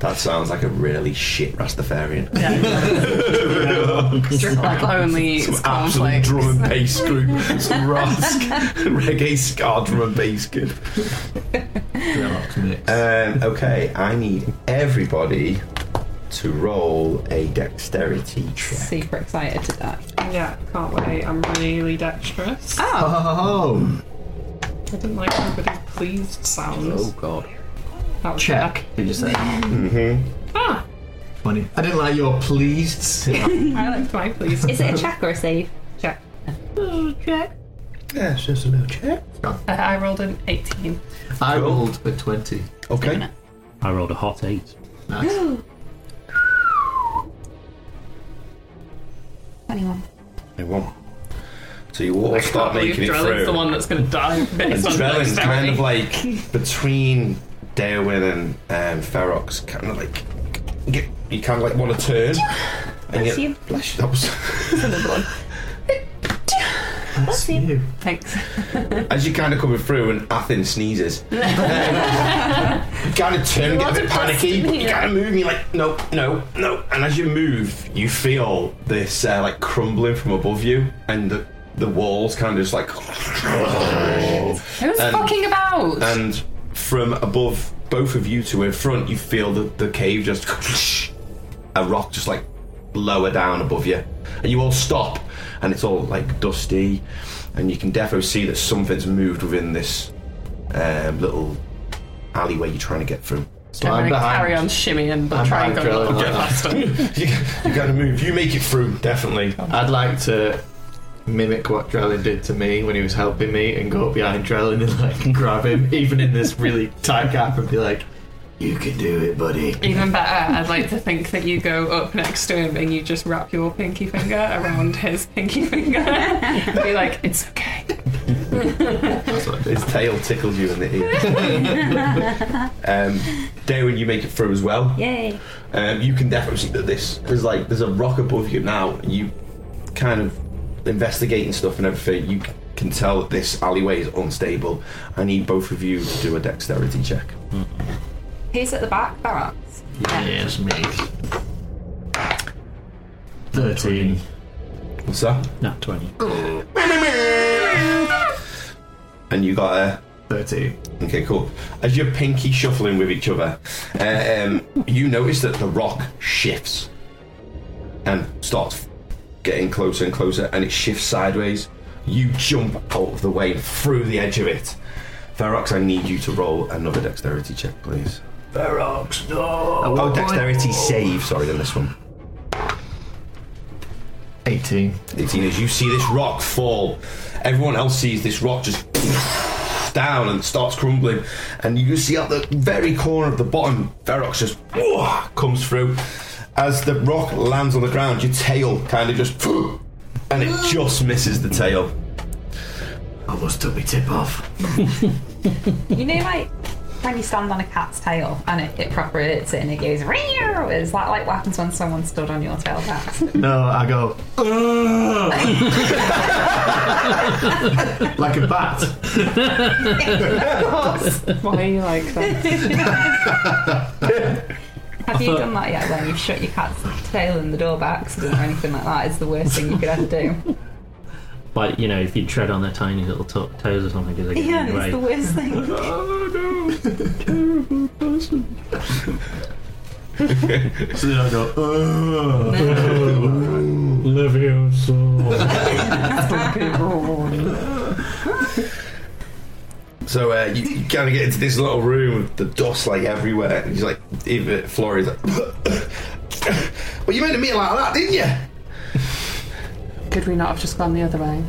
That sounds like a really shit Rastafarian.
Like only
Some
it's
absolute
conflict.
drum and bass group. Some Rask. Reggae ska drum and bass group.
Drelox mix.
Um, okay, I need everybody to roll a dexterity check.
Super excited to die.
Yeah, can't wait. I'm really dexterous. I
Oh,
didn't like everybody's pleased
Oh,
sounds.
god.
That was
Check. Did you say?
Mm-hmm.
Ah,
Funny. I didn't like your pleased.
I liked my pleased.
Is it a check or a save?
Check.
Yeah, it's just a little check.
Uh, I rolled an 18.
I rolled a twenty.
Okay.
I rolled a hot eight.
Nice.
Anyone?
They won't. So you all start making it
Drellin's
through.
the one that's going to die.
and
based on
Drellin's
dexterity.
kind of like between Darewin and um, Ferox, kind of like you get- you kind of like want to turn. And
Bless
yet-
you.
Bless you. That was-
That's you.
Thanks.
As you're kind of coming through and Athen sneezes, um, you kind of turn, get a bit panicky. but You kind of move, and you're like, no, no, no. And as you move, you feel this uh, like crumbling from above you, and the the walls kind of just like,
Who's
And-
fucking about?
and from above both of you two in front, you feel the the cave just a rock just like lower down above you, and you all stop, and it's all like dusty, and you can defo see that something's moved within this um, little alleyway you're trying to get through.
So
I'm
I'm
going to carry
behind.
on shimmying, but
I'm
try and go
behind
a little bit
Drellin.
faster.
you, you gotta move. You make it through, definitely.
I'd like to mimic what Drellin did to me when he was helping me and go up behind Drellin and like grab him, even in this really tight gap, and be like,
You can do it, buddy.
Even better, I'd like to think that you go up next to him and you just wrap your pinky finger around his pinky finger. Be like, it's okay.
that's what I did.
His tail tickles you in the ear. um, Darren, you make it through as well.
Yay!
Um, you can definitely see that this there's like there's a rock above you now. and You kind of investigating stuff and everything. You c- can tell that this alleyway is unstable. I need both of you to do a dexterity check.
Who's at the back? Barracks.
Yes, me.
13.
What's that?
No, 20.
And you got a
Thirty.
Okay, cool. As you're pinky shuffling with each other, uh, um, you notice that the rock shifts and starts getting closer and closer, and it shifts sideways. You jump out of the way and through the edge of it. Ferox, I need you to roll another dexterity check, please.
Ferox, no!
Oh, dexterity save, sorry, than this one.
Eighteen.
18 as you see this rock fall. Everyone else sees this rock just down and starts crumbling. And you see at the very corner of the bottom, Ferox just comes through. As the rock lands on the ground, your tail kind of just and it just misses the tail.
Almost took me tip off.
You know, like when you stand on a cat's tail and it, it proper hits it and it goes rear. Is that like what happens when someone stood on your tail? That's
No, I go "Ugh." like a bat.
Why are you like that?
Have you done that yet? When you shut your cat's tail in the door by accident or anything like that, it's the worst thing you could ever do.
Like, you know, if you tread on their tiny little to toes or something, because they
Yeah,
get in the
it's the
way.
worst thing.
So then I go. "Ugh."
Leviosa.
So uh, you, you kind of get into this little room with the dust like everywhere. And he's like, uh, even Flory's like, well, you made a meal out of that, didn't you?
Could we not have just gone the other way?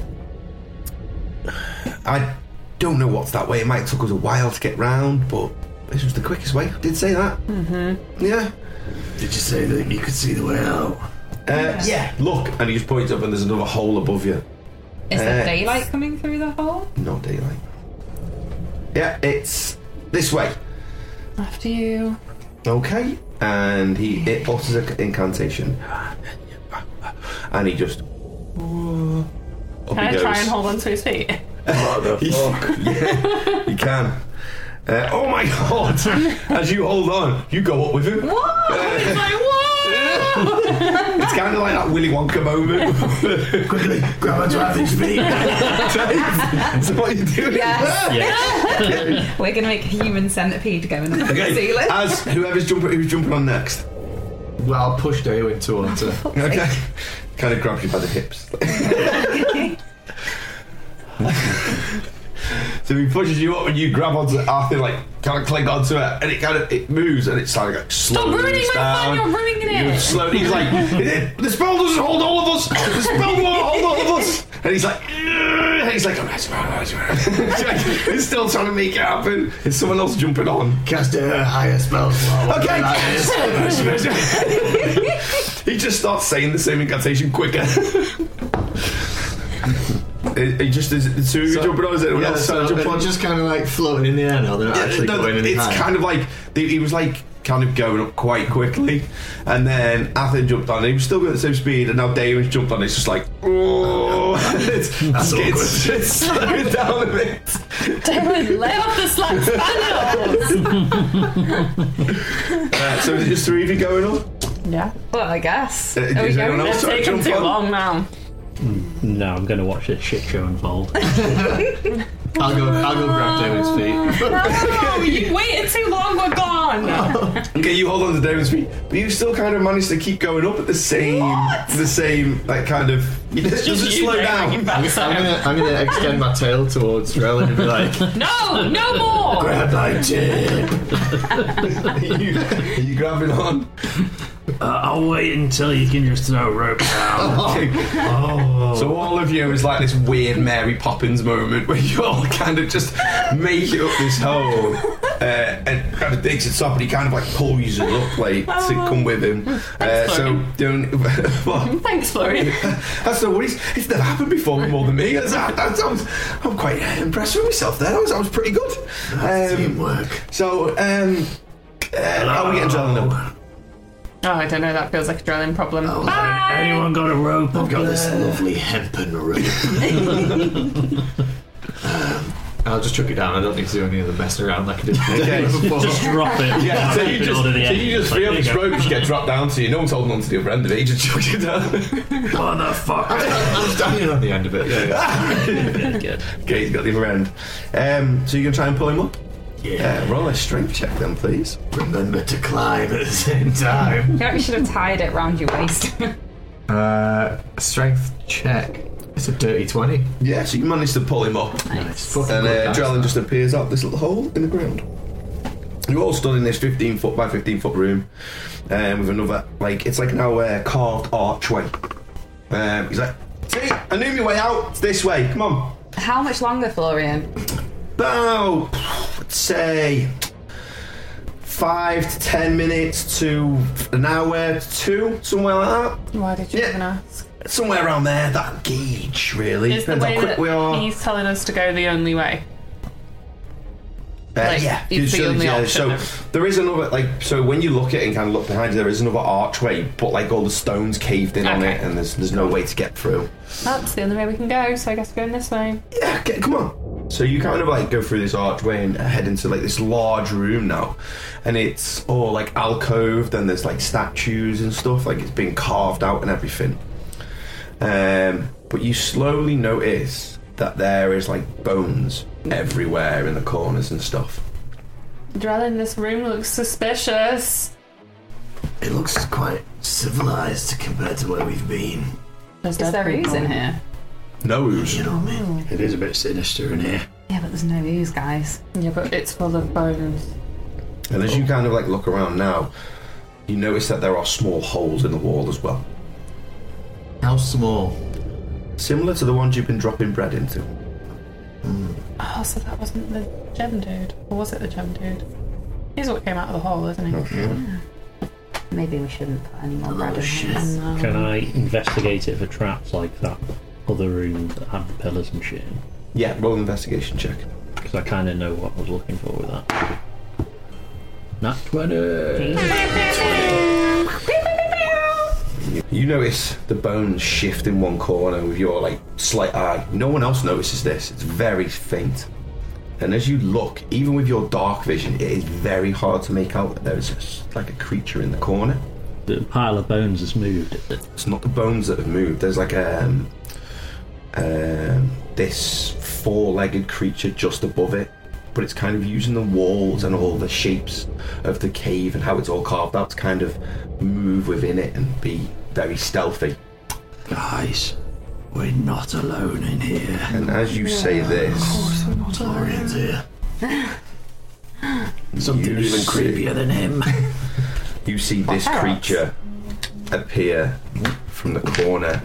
I don't know what's that way. It might took us a while to get round, but this was the quickest way. I did say that. Mm-hmm. Yeah.
Did you say that you could see the way out?
Uh, yeah. Look, and he just points up, and there's another hole above you.
Is there
Uh,
daylight coming through the hole?
Not daylight. Yeah, it's this way.
After you.
Okay. And he it utters an incantation, and he just. uh, Up
Can I
he goes.
try and hold on to his feet?
yeah, you can. Uh, oh my god! As you hold on, you go up with him.
He's like, what?
It's kind of like that Willy Wonka moment.
Quickly, grab onto Anthony's feet.
so what are you doing?
Yes.
Yeah.
We're gonna make a human centipede going up the
Okay. Um,
ceiling.
As whoever's jumping, who's jumping on next?
Well, I'll push Daywin towards her.
Okay. kind of grabs you by the hips. so he pushes you up and you grab onto Arthur, like kind of cling onto it, and it kind of it moves and it's like, like slowly
ruining
moves
my
down.
fun, you're ruining it.
You slow- he's like, the spell doesn't hold all of us. The spell won't hold all of us. And he's like. "Ugh," and He's like, "Alright, it's alright, it's alright." It's like, he's still trying to make it happen. It's someone else jumping on.
Cast a higher spell. slot.
Okay.
Like this.
he just starts saying the same incantation quicker. it, it just is. So uh, you jump on, is anyone
Yeah,
else
so
jump
they're
on?
just kind of like floating in the air now. They're not actually
No,
going in
it's
the air.
kind of like they- he was like kind of going up quite quickly, and then Athen jumped on. He was still going at the same speed, and now Damon's jumped on. It's just like, oh, it's, it's,
awkward.
it's, it's slowing down a bit.
Lay off the slack spanners.
Uh, so is it just three of you going up?
yeah.
Well, I guess.
Uh,
Are we
is
going
anyone
now?
else trying to
Taking
jump
too
on?
long now.
No, I'm going to watch this shit show unfold.
I'll go. I'll go grab Daywin's feet.
Oh, you waited too long, we're gone.
Okay, you hold on to Damon's feet, but you still kind of managed to keep going up at the same, the same, like kind of. It just doesn't slow down.
I'm gonna, I'm gonna extend my tail towards Relin and be like,
No, no more.
Grab my tip.
are, you, are you grabbing on?
Uh, I'll wait until you can just throw a rope down. Oh.
So all of you is like this weird Mary Poppins moment where you all kind of just make it up this hole, uh, and kind of digs it up, and he kind of like pulls you up like to come with him. Uh, so don't. well,
Thanks, Florian.
That's no worries. It's never happened before with more than me. That's, that, that, that was, I'm quite uh, impressed with myself there. That was, that was pretty good. Um,
Teamwork.
so, um, uh, how are we getting Jalen up?
Oh, I don't know. That feels like a drilling problem.
Anyone got a rope? I've
got
this lovely hempen rope.
I'll just chuck it down. I don't need to do any of the messing around like I did the day before.
just drop it.
Yeah, so
Drop
you
it
just,
all
so
to the end.
you just
Like,
free up
there you
this
go.
rope, just get dropped down to you. No one's holding on to the other end of it. He just chucks it down.
Motherfucker.
I'm standing on the end of it.
okay, he's got the other end. Um, so you're going to try and pull him up?
Yeah.
Uh, roll a strength check then, please.
Remember to climb at the same time.
You actually should have tied it round your waist.
Uh, strength check. It's a dirty twenty.
Yeah, so you managed to pull him up.
It's fucking
And
good,
uh,
guys.
Drellin just appears out this little hole in the ground. You're all stood in this 15 foot by 15 foot room um, with another, like, it's like now uh, carved archway. Um, he's like, see, I knew my way out. It's this way. Come on.
How much longer, Florian?
About, let's say, five to ten minutes to an hour to two, somewhere like that.
Why did you
Yeah.
even ask?
Somewhere around there, that gauge, really.
Is the
Depends
way
how quick we are.
that he's telling us to go the only way?
Uh,
Like,
yeah,
it's the
so-
only
yeah,
option
so
then.
there is another like so when you look at it and kind of look behind you, there is another archway, but like all the stones caved in on
Okay.
it, and there's there's no way to get through.
That's the only way we can go, so I guess we're going this way.
Yeah, get, come on. So you kind of like go through this archway and head into like this large room now, and it's all like alcoved, and there's like statues and stuff, like it's been carved out and everything. Um, but you slowly notice that there is like bones everywhere in the corners and stuff.
Drellin, this room looks suspicious.
It looks quite civilized compared to where we've been.
Is there ooze in here?
No, it was
You know what I mean? It is a bit sinister in here.
Yeah, but there's no ooze, guys.
Yeah, but it's full of bones.
And as you kind of like look around now, you notice that there are small holes in the wall as well,
How small?
similar to the ones you've been dropping bread into.
Oh, so that wasn't the gem dude. Or was it the gem dude? He's what came out of the hole, isn't he?
Maybe we shouldn't put any more bread in
shit.
him.
Can I investigate it for traps like that other room that have the pillars and shit?
Yeah, roll an investigation check.
Because I kind of know what I was looking for with that. Nat 20!
You, you notice the bones shift in one corner with your like slight eye. No one else notices this. It's very faint. And as you look, even with your dark vision, it is very hard to make out that there is a s like a creature in the corner.
The pile of bones has moved.
It's not the bones that have moved. There's like um, um, this four-legged creature just above it, but it's kind of using the walls and all the shapes of the cave and how it's all carved out to kind of move within it and be very stealthy.
Guys, we're not alone in here.
And as you say this,
Florian's here.
you
Something even
see-
creepier than him.
You see this creature appear from the corner.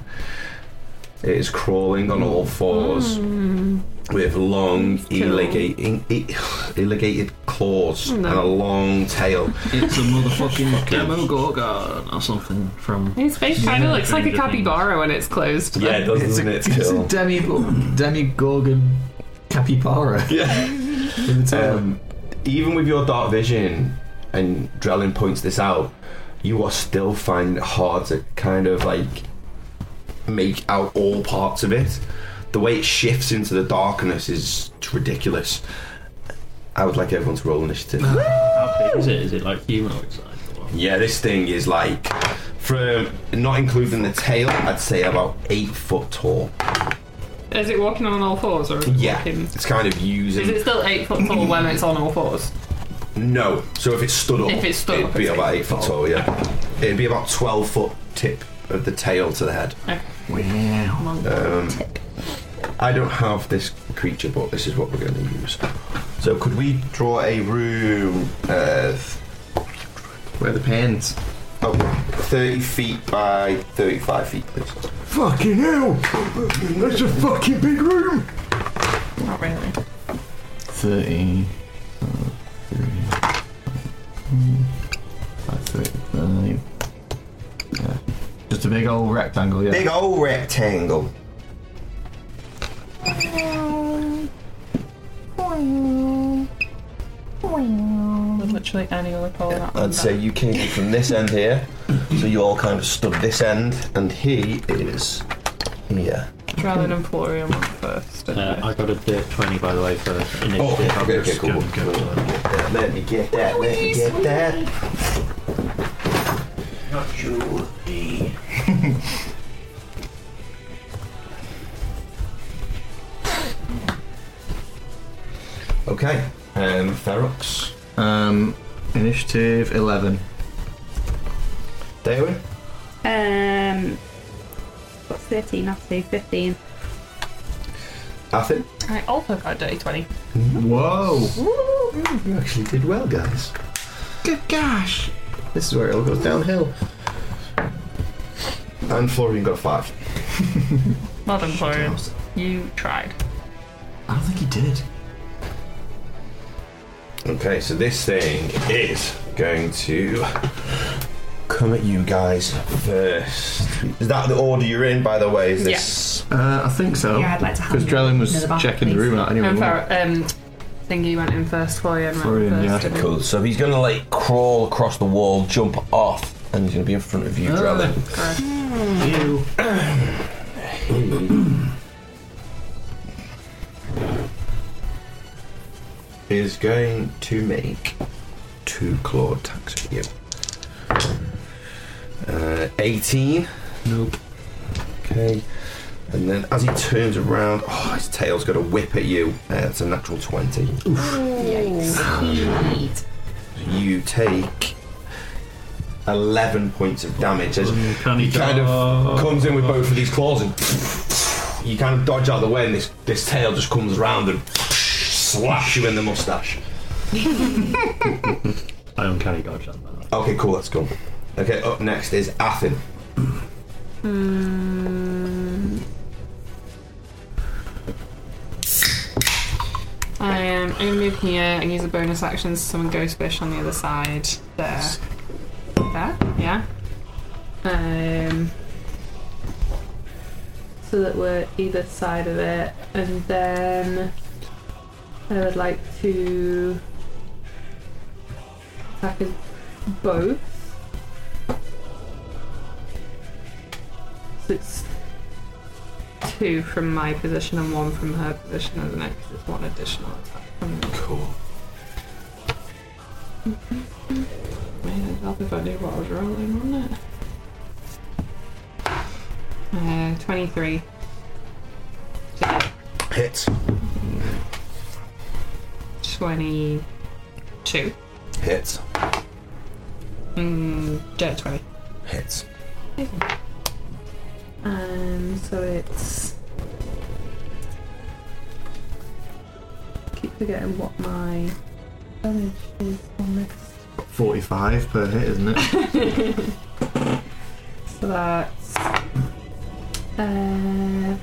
It is crawling on all fours with long, elongating, e- elongated claws and a long tail.
it's a motherfucking demo gorgon or something from.
His face kind of looks like a
Stranger Things.
capybara when it's closed.
Yeah, it does, doesn't it?
It's
Kill.
a demi demi gorgon capybara.
Yeah.
In the tail.
Um, even with your dark vision, and Drellin points this out, you are still finding it hard to kind of like make out all parts of it. The way it shifts into the darkness is ridiculous. I would like everyone to roll initiative.
How big is it? Is it like humanoid size? or what?
yeah, this thing is like, from not including the tail, I'd say about eight foot tall.
Is it walking on all fours or is it
Yeah,
walking?
it's kind of
Is it
using.
still eight foot tall when it's on all fours?
No, so if it stood up,
If it stood
it'd
up,
be
it's
about
eight
eight
foot
foot tall. Yeah, it'd be about twelve foot tip of the tail to the head.
Wow.
I don't have this creature, but this is what we're going to use. So, could we draw a room uh,
Where the pants?
oh, 30 feet by 35 feet, please?
Fucking hell! That's a fucking big room.
Not really.
Thirty. Just a big old rectangle, yeah.
Big old rectangle.
Would literally anyone call that one
I'd say you came in from this end here, so you all kind of stood this end, and he is here.
Drellin and Florian went first. didn't
Uh,
they?
I got a dirt 20 by the way for initiative.
Oh, okay,
I'm
okay,
just
cool.
gonna go with that.
Let me get that, let me get that. Okay, um, Ferox.
Um, initiative 11.
Darwin?
Um, what's 13 off to? 15.
Athen?
I also got a dirty 20.
Whoa!
You actually did well, guys. Good gosh. This is where it all goes downhill. And Florian got five.
Well done, Florian. You tried.
I don't think he did.
Okay, so this thing is going to come at you guys first. Is that the order you're in, by the way? Is this
Uh, I think so.
Yeah, I'd like to have
Because Drellin was
another bath,
checking the
please.
room out anyway.
And
wasn't
Fer- um, thingy went in first, Florian went
Florian, yeah.
first. didn't he?
cool? So he's gonna like crawl across the wall, jump off, and he's gonna be in front of you,
Oh,
Drellin. Is going to make two claw attacks at you. Uh, 18.
Nope.
Okay. And then as he turns around, oh, his tail's got a whip at you. Uh, it's a natural 20.
Sweet.
You take 11 points of damage as
Uncanny
he kind of
dodge.
comes in with both of these claws and you kind of dodge out of the way and this, this tail just comes around and slaps you in the mustache.
I don't carry dodge on that.
Okay, cool, that's cool. Okay, up next is Athen.
I am. I'm gonna move here and use a bonus action to summon Ghost Fish on the other side. There. There? Yeah. Um. So that we're either side of it, and then I would like to attack us both. So it's two from my position and one from her position, isn't it? Because it's one additional attack from me.
Cool.
Man, I'd love if I knew what I was rolling on it. Uh, 23.
Hit.
22.
Hit.
Mm, yeah, 20.
Hit.
Um, so it's. Keep forgetting what my damage is on this.
45 per hit, isn't it?
So that's. Uh,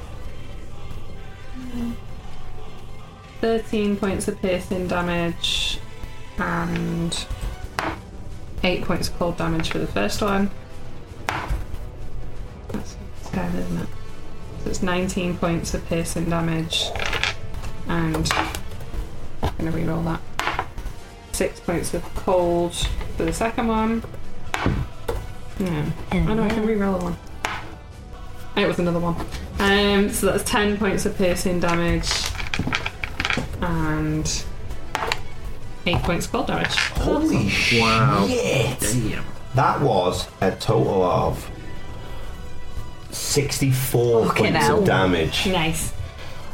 13 points of piercing damage and 8 points of cold damage for the first one. That's 10, isn't it? So it's 19 points of piercing damage and I'm going to reroll that. 6 points of cold for the second one. No. I know I can reroll one. It was another one. Um, so that's 10 points of piercing damage and 8 points of cold damage.
Holy shit.
Wow.
Damn.
That was a total of 64
Fucking
points
hell.
of damage.
Nice.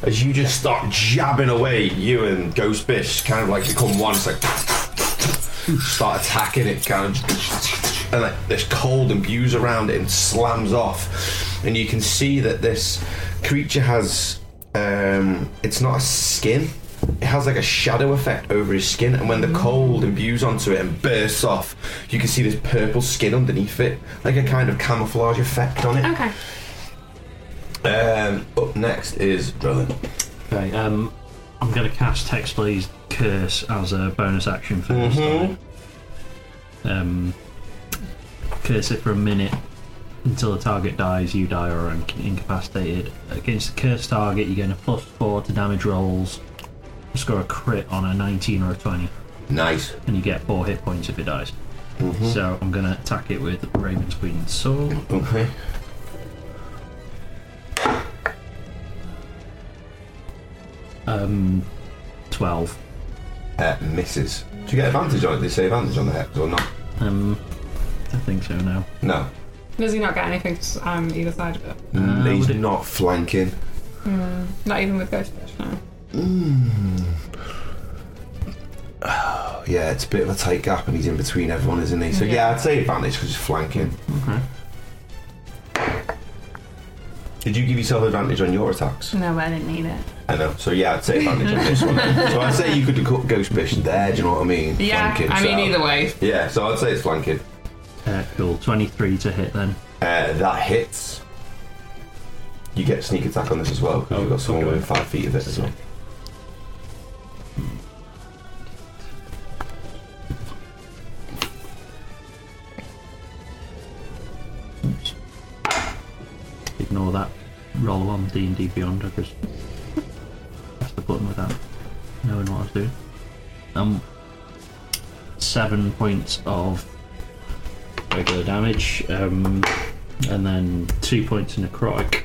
As you just start jabbing away, you and Ghost Bish kind of like become one. It's like start attacking it, kind of, and like this cold imbues around it and slams off. And you can see that this creature has um, it's not a skin. It has like a shadow effect over his skin, and when the cold imbues onto it and bursts off, you can see this purple skin underneath it, like a kind of camouflage effect on it.
Okay.
Um, up next is Drillin.
Okay, um, I'm going to cast Hexblade's Curse as a bonus action for this
Mm-hmm.
time. Um, curse it for a minute until the target dies, you die, or are inc- incapacitated. Against the cursed target, you gain a plus four to damage rolls. Score a crit on a 19 or a 20,
Nice.
and you get four hit points if it dies. So I'm going to attack it with Raven's Queen's Sword.
Okay.
Um, 12.
Uh, misses. Do you get advantage on it? Did they say advantage on the hex or not?
Um, I think so now.
Uh,
No.
Does he not get anything s- on either side of it?
Mm, He's
would it-
not flanking.
Not even with Ghostfish, no.
Oh, yeah, it's a bit of a tight gap and he's in between everyone, isn't he? So yeah, I'd say advantage because he's flanking.
Okay.
Did you give yourself advantage on your attacks?
No, I didn't need it.
I know. So yeah, I'd say advantage on this one. So I'd say you could have cut ghost fish there. Do you know what I mean?
Yeah,
Flanking,
I mean,
so-
either way.
Yeah, so I'd say it's flanking.
Uh, cool. 23 to hit then.
Uh, that hits. You get sneak attack on this as well because
Oh,
you've got someone
okay.
within five feet of it as well.
Ignore that roll on D and D Beyond. I just pressed the button without knowing what I was doing. Um, seven points of regular damage, um, and then two points in necrotic,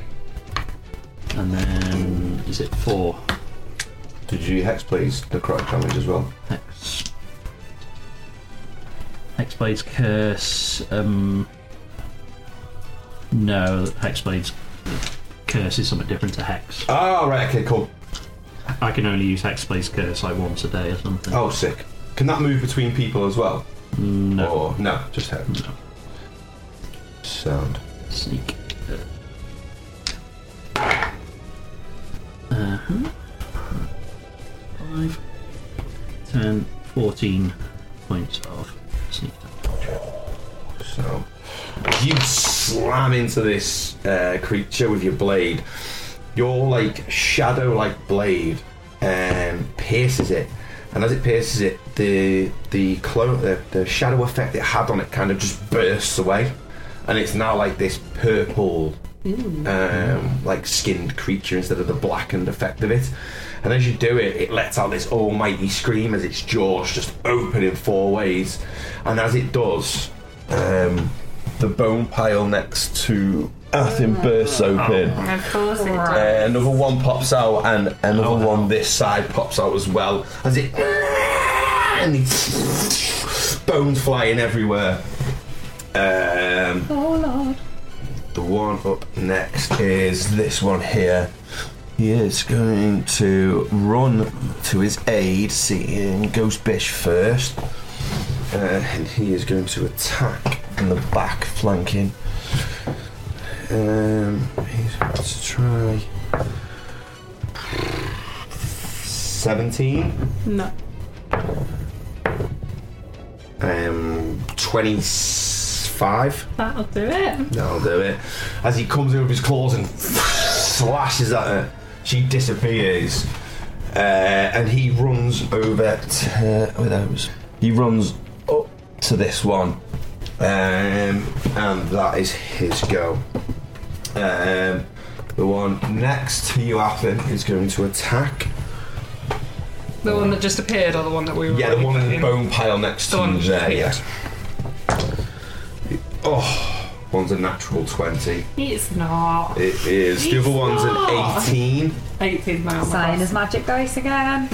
and then is it four
Did you hex please necrotic damage as well?
hex? Hexblade's curse. Um, no, Hexblade's curse is something different to hex.
Oh right, okay, cool.
I can only use Hexblade's Curse like once a day or something.
Oh, sick. Can that move between people as well?
Mm, no.
Or no, just head.
No.
Sound.
Oh. Sneak. Uh-huh. Uh huh. 5, 10, 14 points of sneak attack.
So you slam into this uh, creature with your blade. Your like shadow-like blade um, pierces it, and as it pierces it, the the clone the, the shadow effect it had on it kind of just bursts away, and it's now like this purple um, like skinned creature instead of the blackened effect of it. And as you do it, it lets out this almighty scream as its jaws just open in four ways. And as it does, um, the bone pile next to Athin bursts open.
Of course it does.
Uh, another one pops out, and another one this side pops out as well. As it and it's bones flying everywhere. Um, The one up next is this one here. He is going to run to his aid, seeing Ghost Bish first. Uh, and he is going to attack in the back, flanking. Um, he's going to try. 17.
No.
Um, 25.
That'll do it.
That'll do it. As he comes in with his claws and slashes at her, she disappears. Uh, and he runs over to, with those. He runs up to this one. Um, and that is his go. Um, the one next to you, Athen, is going to attack.
The one that just appeared, or the one that we were.
Yeah, the one in the
in?
bone pile next
The
to
one
you there, yeah.
that's
Oh, one's a natural 20.
It's not.
It is. The other one's an 18.
18 mile.
Sign his magic dice again.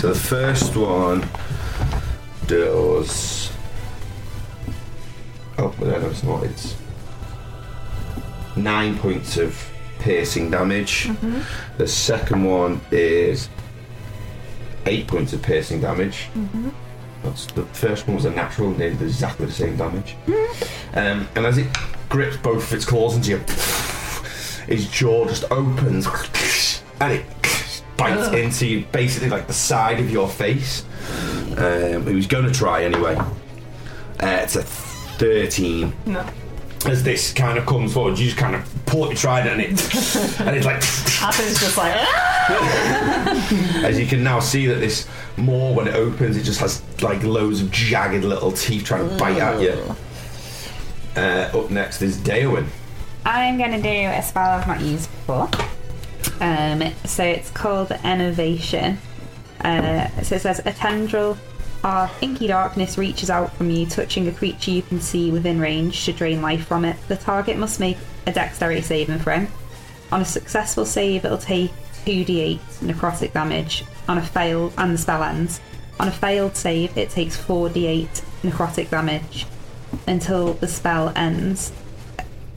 So the first one does. Oh, no, no, it's not. It's nine points of piercing damage. The second one is eight points of piercing damage. That's the first one was a natural, and they did exactly the same damage. Um, and as it grips both of its claws into you, his jaw just opens and it bites into you, basically like the side of your face. Um, he was going to try anyway. Uh, it's a 13
No.
as this kind of comes forward, you just kind of pull up your trident and it, and it's like,
Athen's just like, ah!
as you can now see that this maw, when it opens, it just has like loads of jagged little teeth trying to bite at you. Uh, up next is Daewin.
I'm gonna do a spell I've not used before. Um, so it's called Innovation. Uh, so it says a tendril of inky darkness reaches out from you, touching a creature you can see within range to drain life from it. The target must make a dexterity saving throw. On a successful save, it'll take 2d8 necrotic damage. On a fail, and the spell ends. On a failed save, it takes 4d8 necrotic damage until the spell ends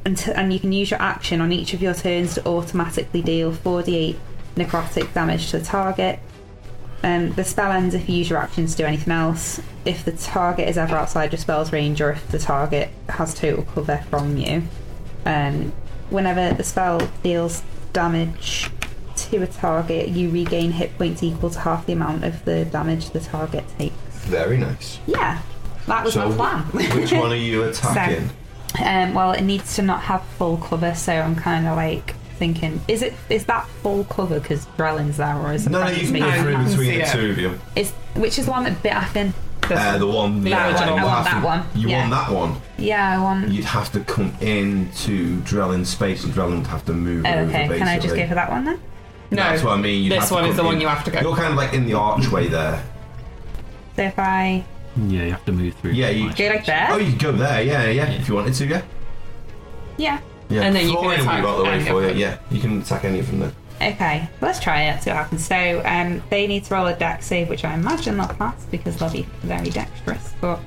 and, t- and you can use your action on each of your turns to automatically deal 48 necrotic damage to the target. Um, the spell ends if you use your action to do anything else, if the target is ever outside your spell's range, or if the target has total cover from you. Um, whenever the spell deals damage to a target, you regain hit points equal to half the amount of the damage the target takes.
Very nice.
Yeah, that was
So,
my plan.
which one are you attacking?
Um, well, it needs to not have full cover, so I'm kind of like thinking, is it is that full cover because Drellin's there, or is it
no, no,
that
you can
just me?
go
I
through between the
can see
two of you.
Is which is the one that bit Athen?
Uh, the one, yeah,
one,
like
I want
laugh-
that one,
You
yeah.
want that one?
Yeah, I want.
You'd have to come into Drellin's space, and Drellin would have to
Oh,
move. over,
Oh, okay, can I just
basically.
go for that one then?
No.
That's what I mean. You'd
this
have to
one is
come
the one
in.
you have to go.
You're kind of like in the archway there.
So if I
Yeah, you have to move through.
Yeah,
the
you-
light.
go like
Oh,
there,
you could go there, yeah, yeah, if you wanted to, yeah.
yeah.
Yeah,
And then you can
Florian will be
attack
out the way
any
for
of
you. Yeah, you can attack any of them there.
Okay, let's try it. See what happens. So um, they need to roll a dex save, which I imagine they'll pass because they'll be very dexterous. But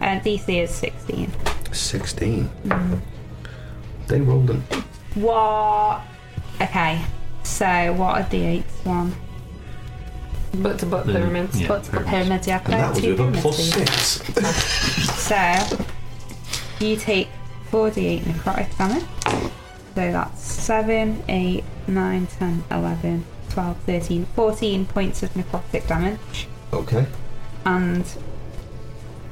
uh, DC is 16.
16.
Mm.
They rolled an
What? Okay, so what are the eights one?
But to butt
The-
pyramids.
yeah,
But the
pyramids.
pyramids, yeah.
And that was
two
with a
pyramids,
plus
please.
6.
So you take 48 necrotic damage. So that's 7, 8, 9, 10, 11, 12, 13, 14 points of necrotic damage.
Okay.
and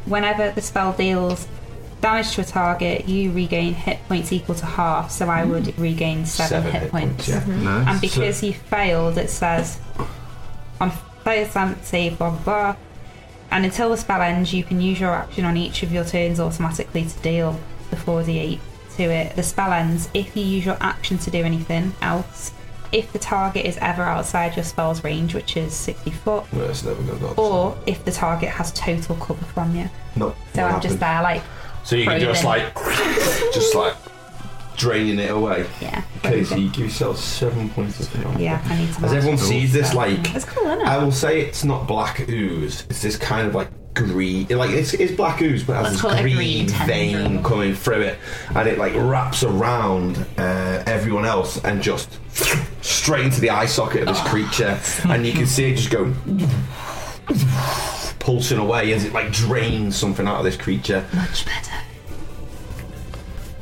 whenever the spell deals damage to a target, you regain hit points equal to half. So I would regain seven, hit, points. Mm-hmm.
Yeah.
Nice.
And because you failed, it says on failed slam save blah blah blah. And until the spell ends, you can use your action on each of your turns automatically to deal the 4d8 to it. The spell ends if you use your action to do anything else. If the target is ever outside your spell's range, which is 60 foot,
No, it's never gonna go.
or if the target has total cover from you.
no.
So I'm just there, like,
So you can just like,
Frozen.
just like draining it away.
yeah.
Okay, so
frozen.
you give yourself seven points of damage.
Yeah, I need to.
As
mark
everyone
it.
sees this,
So-
like,
it's cool, isn't it?
I will say it's not black ooze. It's this kind of like green, like it's, it's black ooze, but
Let's
has
call it
this
a
green
green tendril.
vein coming through it, and it like wraps around uh, everyone else and just straight into the eye socket of this creature, and you can see it just go pulsing away as it like drains something out of this creature.
Much better.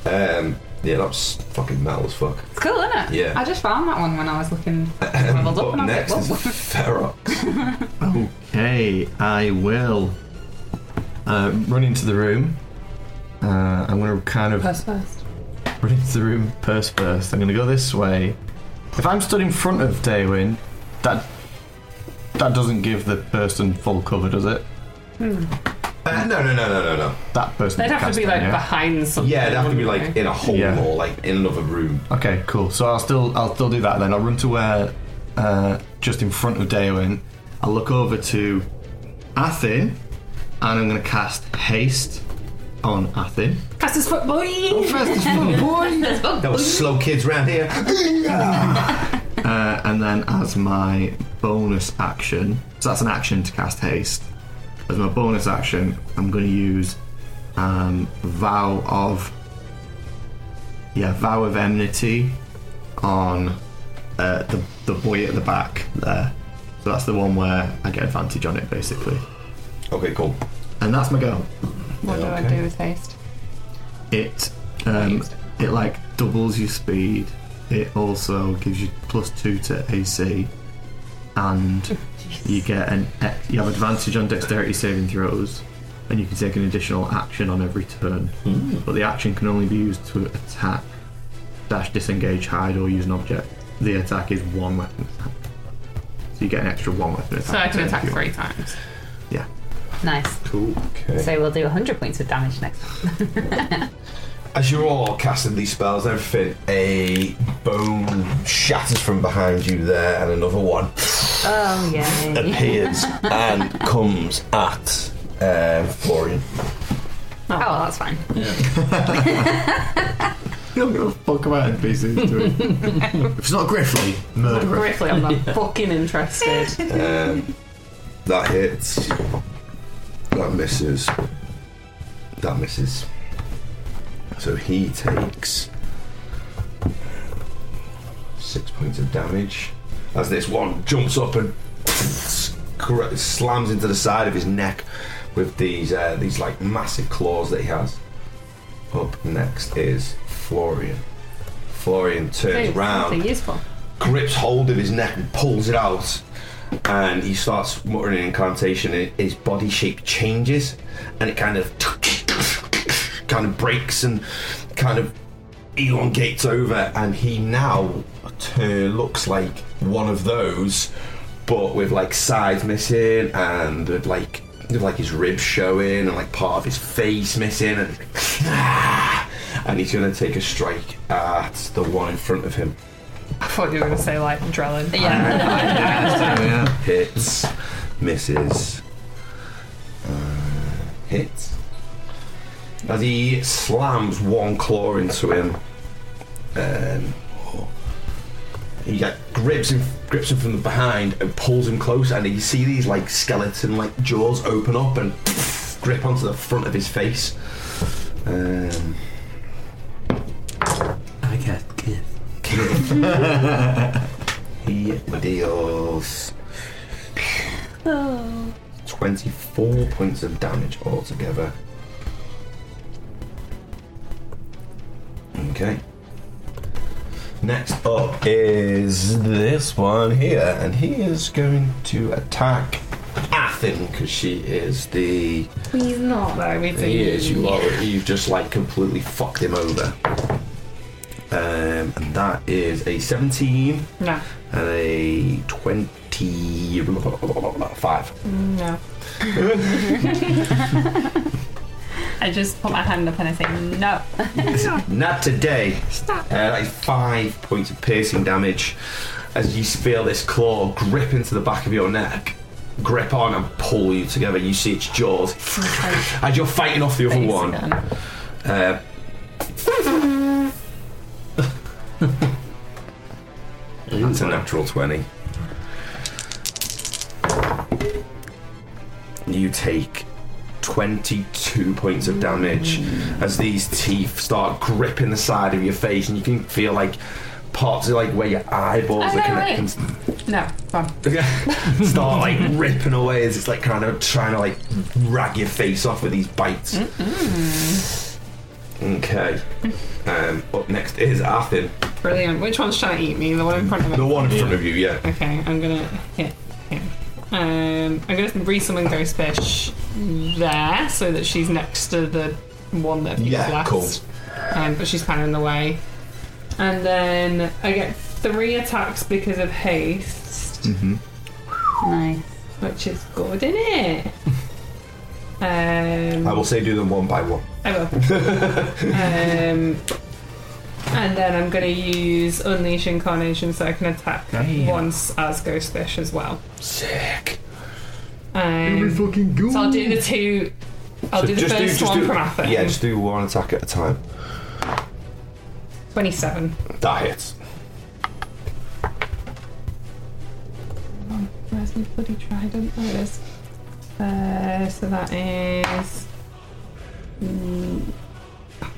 Um, yeah, that's fucking metal as fuck.
it's cool, isn't it?
Yeah.
I just found that one when I was looking. leveled up,
But
and I was
next
like,
is
whoa.
Ferox.
Okay, I will uh, run into the room. Uh, I'm going to kind of
First, first.
run into the room purse first. I'm going to go this way. If I'm stood in front of Daywin, that that doesn't give the person full cover, does it?
Uh, no, no, no, no, no, no.
That person.
They'd have to
cast
be
it,
like
yeah?
behind something.
Yeah, it'd have to be like
wouldn't
in a hole
Yeah.
or like in another room.
Okay, cool. So I'll still I'll still do that then. I'll run to where uh, just in front of Daewin. I'll look over to Athin, and I'm going to cast haste on Athin.
they? Cast his foot, boy!
Ah.
That was slow kids round here.
Uh, and then as my bonus action, so that's an action to cast haste. As my bonus action, I'm going to use um, vow of yeah vow of enmity on uh, the the boy at the back there. So that's the one where I get advantage on it basically,
Okay, cool.
and that's my go.
What do I
Okay.
do with haste?
It um, it like doubles your speed. It also gives you plus two to AC, and you get an ex- you have advantage on dexterity saving throws, and you can take an additional action on every turn. But the action can only be used to attack, dash, disengage, hide, or use an object. The attack is one weapon attack, so you get an extra one weapon attack.
So I can
turn if
attack
you want.
three times.
Yeah.
Nice.
Cool. Okay.
So we'll do 100 points of damage next time.
As you're all casting these spells, and everything, a bone shatters from behind you there, and another one
Oh,
Uh,
yay.
appears and comes at uh, Florian.
Oh, well, that's fine.
You're not gonna fuck about NPCs, do it. if it's not Griffly, murder it.
Briefly, I'm not fucking interested.
Um, that hits. That misses. That misses. So he takes six points of damage as this one jumps up and cor- slams into the side of his neck with these uh, these like massive claws that he has. Up next is Florian. Florian turns round
Something useful.
grips hold of his neck and pulls it out. And he starts muttering an incantation, and his body shape changes, and it kind of kind of breaks and kind of elongates over, and he now turn, looks like one of those, but with like sides missing and with like with like his ribs showing and like part of his face missing, and and he's gonna take a strike at the one in front of him.
I thought you were going to say like Drellin.
Yeah.
Yeah.
Hits, misses, uh, hits. As he slams one claw into him, um, he like, grips him, grips him from behind and pulls him close. And you see these like skeleton like jaws open up and grip onto the front of his face. Um,
I get gift.
he deals twenty-four points of damage altogether. Okay. Next up is this one here, and he is going to attack Athen because she is the.
He's not though. We
He is. You are. You've just like completely fucked him over. Um, and that is a 17
No,
and a 25.
no.
I just put my hand up and I say no.
Not today. Uh, that is five points of piercing damage as you feel this claw grip into the back of your neck, grip on and pull you together. You see its jaws as you're fighting off the other
Face
one.
gun.
Uh, that's a natural 20. You take 22 points of damage as these teeth start gripping the side of your face, and you can feel like parts of like where your eyeballs are
Okay,
connecting
wait. No, fun.
start like ripping away as it's like kind of trying to like rag your face off with these bites. Okay. Um, up next is Athen.
Brilliant. Which one's trying to eat me? The one in front of me.
The one in front of you, yeah.
Okay, I'm gonna hit him. Um, I'm gonna resummon Ghost Fish there so that she's next to the one that he's
Yeah,
last.
cool.
Um, but she's kind of in the way. And then I get three attacks because of haste,
Nice.
which is good, isn't it? Um,
I will say do them one by one.
I will. um, and then I'm going to use Unleash Incarnation so I can attack once as Ghostfish as well.
Sick.
Um,
fucking good.
so I'll do the two. I'll do the first one from Athen.
Yeah, just do one attack at a time.
27.
That hits.
Where's my bloody trident? There it is. Uh, so that is. Mm,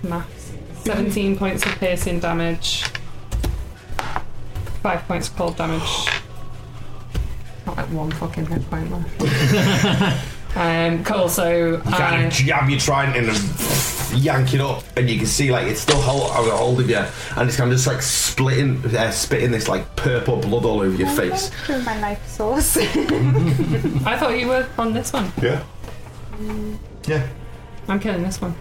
maths. 17 points of piercing damage. 5 points of cold damage. Not like one fucking hit point left. um, cool, so.
You kind
I,
of jab your trident in and yank it up, and you can see like it's still hold, got hold of you, and it's kind of just like splitting, uh, spitting this like purple blood all over your face.
Through my life source.
I thought you were on this one.
Yeah. Yeah.
I'm killing this one.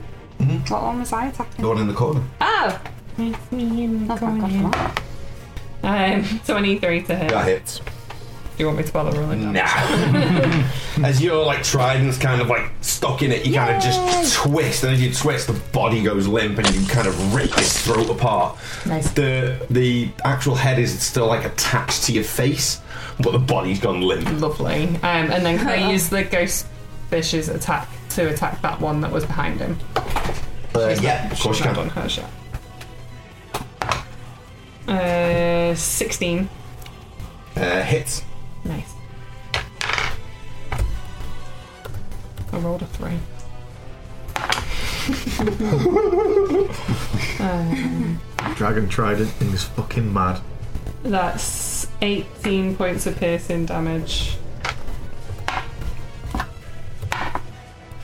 what one was I attacking?
The one in the corner.
Oh!
It's me in the
Not that good
corner.
one.
Um, 23 to hit.
That hits.
Do you want me to bother rolling?
Nah. as your like trident's kind of like stuck in it, you kind of just twist, and as you twist, the body goes limp, and you kind of rip its throat apart.
Nice.
The the actual head is still like attached to your face, but the body's gone limp.
Lovely. Um, and then can I use the ghost fish's attack to attack that one that was behind him?
Uh, yeah, of course you
She's not done
can.
her shot. Uh, 16.
Uh, hits.
Nice. I rolled a three.
Dragon Trident thing is fucking mad.
That's 18 points of piercing damage.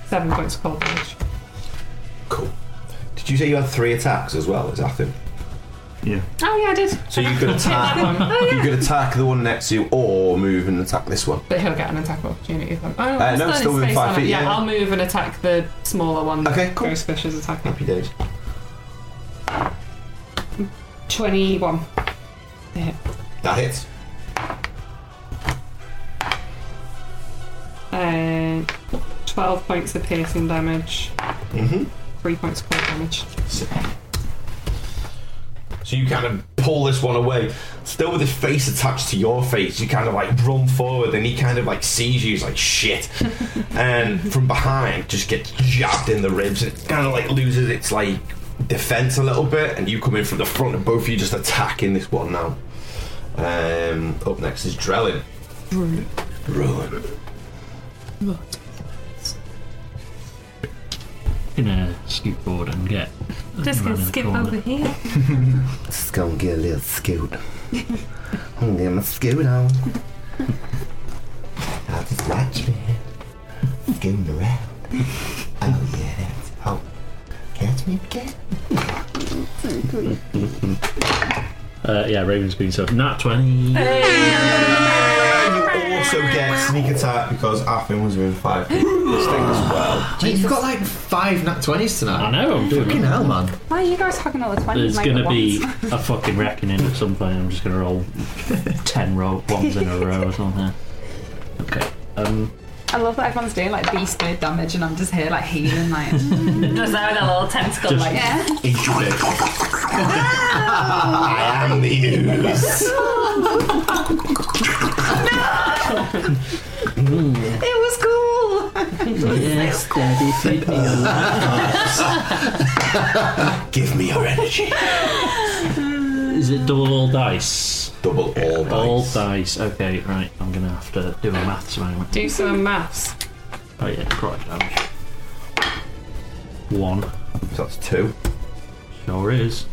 Seven points of cold damage.
Cool. Did you say you had three attacks as well as Athen?
Yeah.
Oh yeah, I did.
So you could attack. You could attack the one next to you, or move and attack this one.
But he'll get an attack of opportunity from. Oh,
Uh,
it's
no,
not
still
in
within
space,
five
am I?
feet,
Yeah,
yeah.
I'll move and attack the smaller one.
Okay,
that
cool.
Ghostfish is attacking.
Happy days.
21. Yeah.
That hits.
Uh, 12 points of piercing damage,
Mm-hmm.
3 points of cold damage.
So you kind of pull this one away, still with his face attached to your face. You kind of like run forward, and he kind of like sees you. He's like shit, and from behind just gets jabbed in the ribs. It kind of like loses its like defense a little bit, and you come in from the front, and both of you just attacking this one now. Um, up next is Drellin. Drellin.
Gonna scoot forward and get.
Just
around
gonna
in the
skip
corner.
over here.
Just gonna get a little scoot. I'm gonna scoot on. I'll just watch me. Scooting around. Oh yeah, that's oh. Catch me again.
Uh, yeah, Raven's been so. Not 20.
And you also get sneak attack because Afin was within five feet of this thing as well.
Mate, you've got like five nat 20s
I
tonight.
know, I'm doing
Fucking
it.
hell, man.
Why are you guys hugging all the 20s?
There's
mate,
going to
at
be
once?
a fucking reckoning at some point. I'm just going to roll 10 roll, ones in a row or something. Okay. Um,
I love that everyone's doing like beast squared damage and I'm just here like healing like just having a little tentacle
Just-
like yeah.
incubate.
I am the ooze. Mm.
It was cool.
yes, Daddy, feed me
Give me your energy.
Is it double all dice?
Double all
All
dice.
dice. Okay, right. I'm going to have to do a maths moment.
Do some maths.
Oh yeah, crotch damage. One.
So that's two.
Sure is.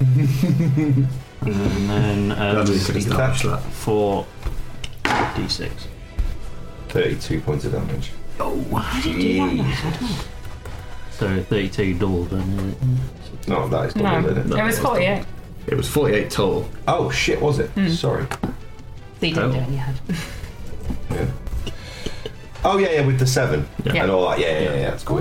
and then um,
Sneak attack.
four d6.
32 points of damage.
Oh,
So 32 double then.
No, that is double,
No,
isn't it?
it was 48.
It was 48 total.
Oh shit, was it?
Hmm.
Sorry.
So you didn't do it in your head.
Yeah. Oh yeah, yeah, with the seven
Yeah.
and all that. Yeah, yeah, yeah. yeah that's cool.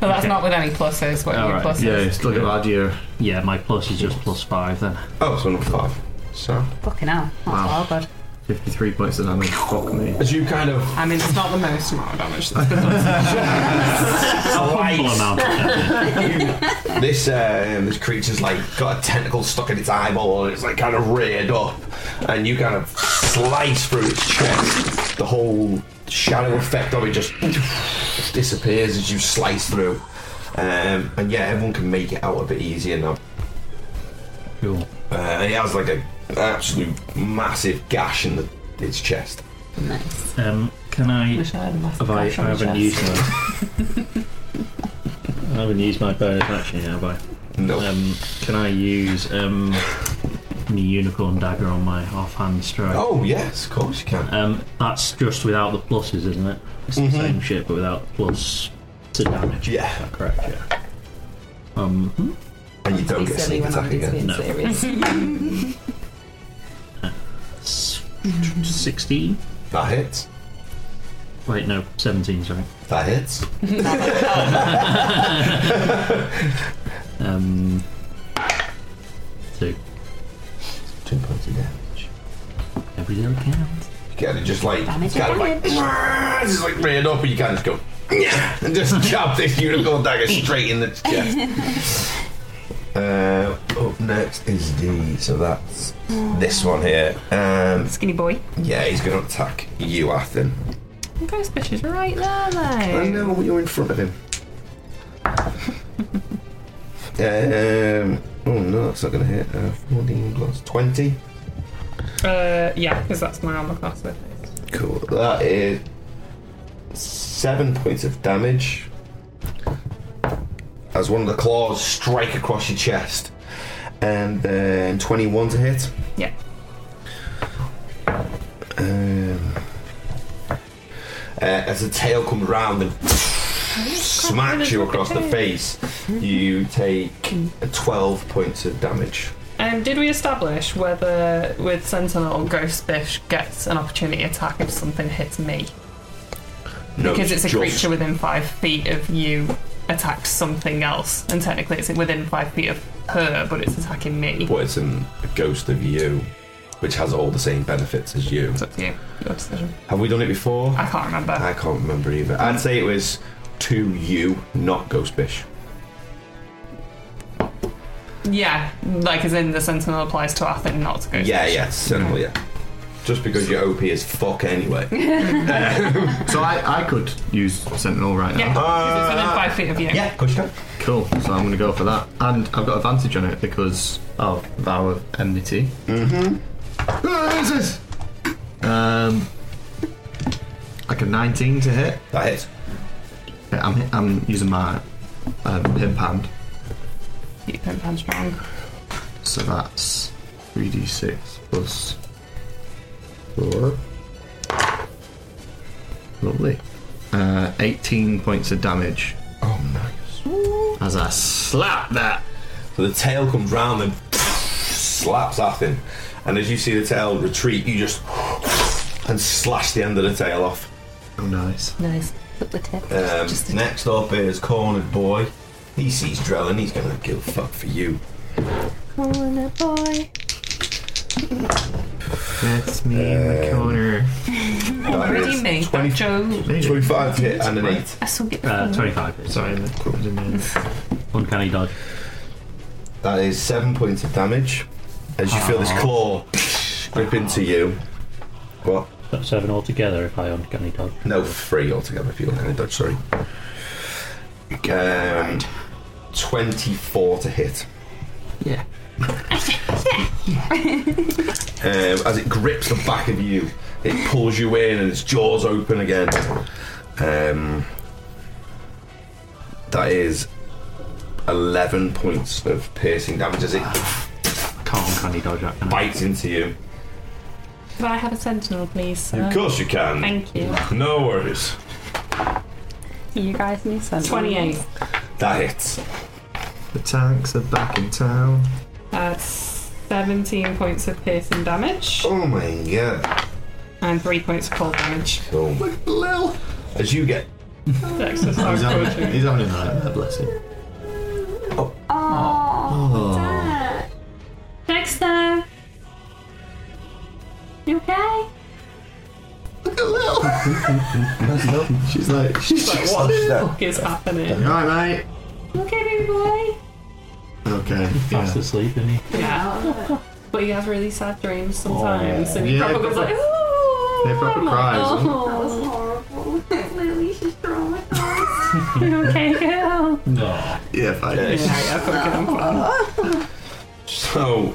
But that's not with any pluses. What are your
Alright,
pluses?
Yeah, it's looking bad year.
Yeah, my plus is just plus five then.
Oh, so not five. So
Fucking hell. That's
Wow.
all good.
53 points of damage. Fuck me.
as you kind of
I mean, it's not the most amount of damage. That's
Full amount. yeah.
this um, this creature's like got a tentacle stuck in its eyeball and it's like kind of reared up and you kind of slice through its chest the whole shadow effect of it just disappears as you slice through um, and yeah everyone can make it out a bit easier now
Cool.
uh, and it has like a an absolute massive gash in the, its chest
Nice.
Um, can I?
Wish I had a massive
Have I, I
crash on my
haven't
chest.
used my. I haven't used my bonus action yet, have I?
no
Um, can I use um, my unicorn dagger on my offhand strike?
oh yes of course you can
Um, that's just without the pluses, isn't it? It's the same shit, but without plus to damage.
Mm-hmm. Yeah.
Is that correct? Yeah. Um,
and you don't
Be
get
silly
sneak
when I'm
attack again
being
No.
serious.
s- sixteen.
that hits
Wait, no, seventeen. Sorry.
that hits
Um, two.
two points of damage
Every little counts.
kind of just like
Damage,
kind of like just like reared up and you kind of just go "Yeah," and just chop this unicorn dagger straight in the chest uh, up next is the so that's this one here um,
Skinny boy.
yeah he's going to attack you Athen
Those bitches right there, though.
I know you're in front of him um, oh no that's not going to hit uh, 14 plus 20
Uh, yeah, because that's my armor class. I think.
Cool. That is seven points of damage. As one of the claws strike across your chest. And then 21 to hit.
Yeah.
Um, uh, as the tail comes round and smacks you across the face, you take 12 points of damage.
Um, did we establish whether with Sentinel Ghost Bish gets an opportunity attack if something hits me?
Oh, No,
Because it's a
just-
creature within five feet of you attacks something else, and technically it's within five feet of her, but it's attacking me.
But it's an, a ghost of you, which has all the same benefits as you.
It's up to you. Your decision.
Have we done it before?
I can't remember.
I can't remember either. I'd say it was to you, not Ghostbish.
yeah, like as in the Sentinel applies to Athen, not to Ghost.
Yeah, yeah, simple, yeah. Just because your OP is fuck anyway.
So I, I could use Sentinel right
Yeah,
now.
'cause it's within five feet of you.
Uh, Yeah, Kushka.
Cool. So I'm going to go for that. And I've got advantage on it because of Vow of Enmity. Mm-hmm. Um, like a 19 to hit.
That hits.
Yeah, I'm, I'm using my um, hip hand.
Keep him punch strong.
So that's 3d6 plus 4. Lovely. Uh, 18 points of damage
Oh, nice.
as I slap that.
So the tail comes round and slaps at him. And as you see the tail retreat, you just and slash the end of the tail off.
Oh, nice.
Nice. Flip the tip.
Um,
Just a-
next up is Cornered Boy. He sees Drellin, he's gonna give a fuck for you.
Corner boy.
That's me in the corner.
Um, That is
me.
20,
Joe.
25 hit and an 8.
I still get
Uh, 25 hits.
Sorry, the corner's in there.
Uncanny dodge.
That is seven points of damage. As you feel this
Ah.
claw grip into you. What?
That's seven altogether if I uncanny dodge.
No, three altogether if you look at it, Dodge, sorry. Um, 24 to hit.
Yeah.
Um, as it grips the back of you, it pulls you in and its jaws open again. Um, that is 11 points of piercing damage as it
Ah,
I can't uncanny dodge that, can I?
bites into you.
Can I have a sentinel, please, sir?
Of course you can.
Oh. Thank you.
No worries.
You guys need something.
28.
That hits.
The tanks are back in town.
Uh, 17 points of piercing damage
Oh my god.
and 3 points of cold damage.
Boom.
Lil!
As you get
Dex is
He's
hard
having,
poetry.
he's having a nightmare, bless him. Oh.
Dexter! uh, You okay?
She's like, she's like, what?
Fuck is happening?
You alright,
You okay, baby boy?
mate? Okay.
Fast
Yeah.
asleep, isn't he?
Yeah. But he has really sad dreams
Oh,
sometimes, and he
Yeah,
probably goes
but-
like, "Ooh."
They proper cries. huh?
That was horrible. Lily, she's traumatized. you okay, girl?
No.
Yeah, fine.
Yeah, fucking fun.
So,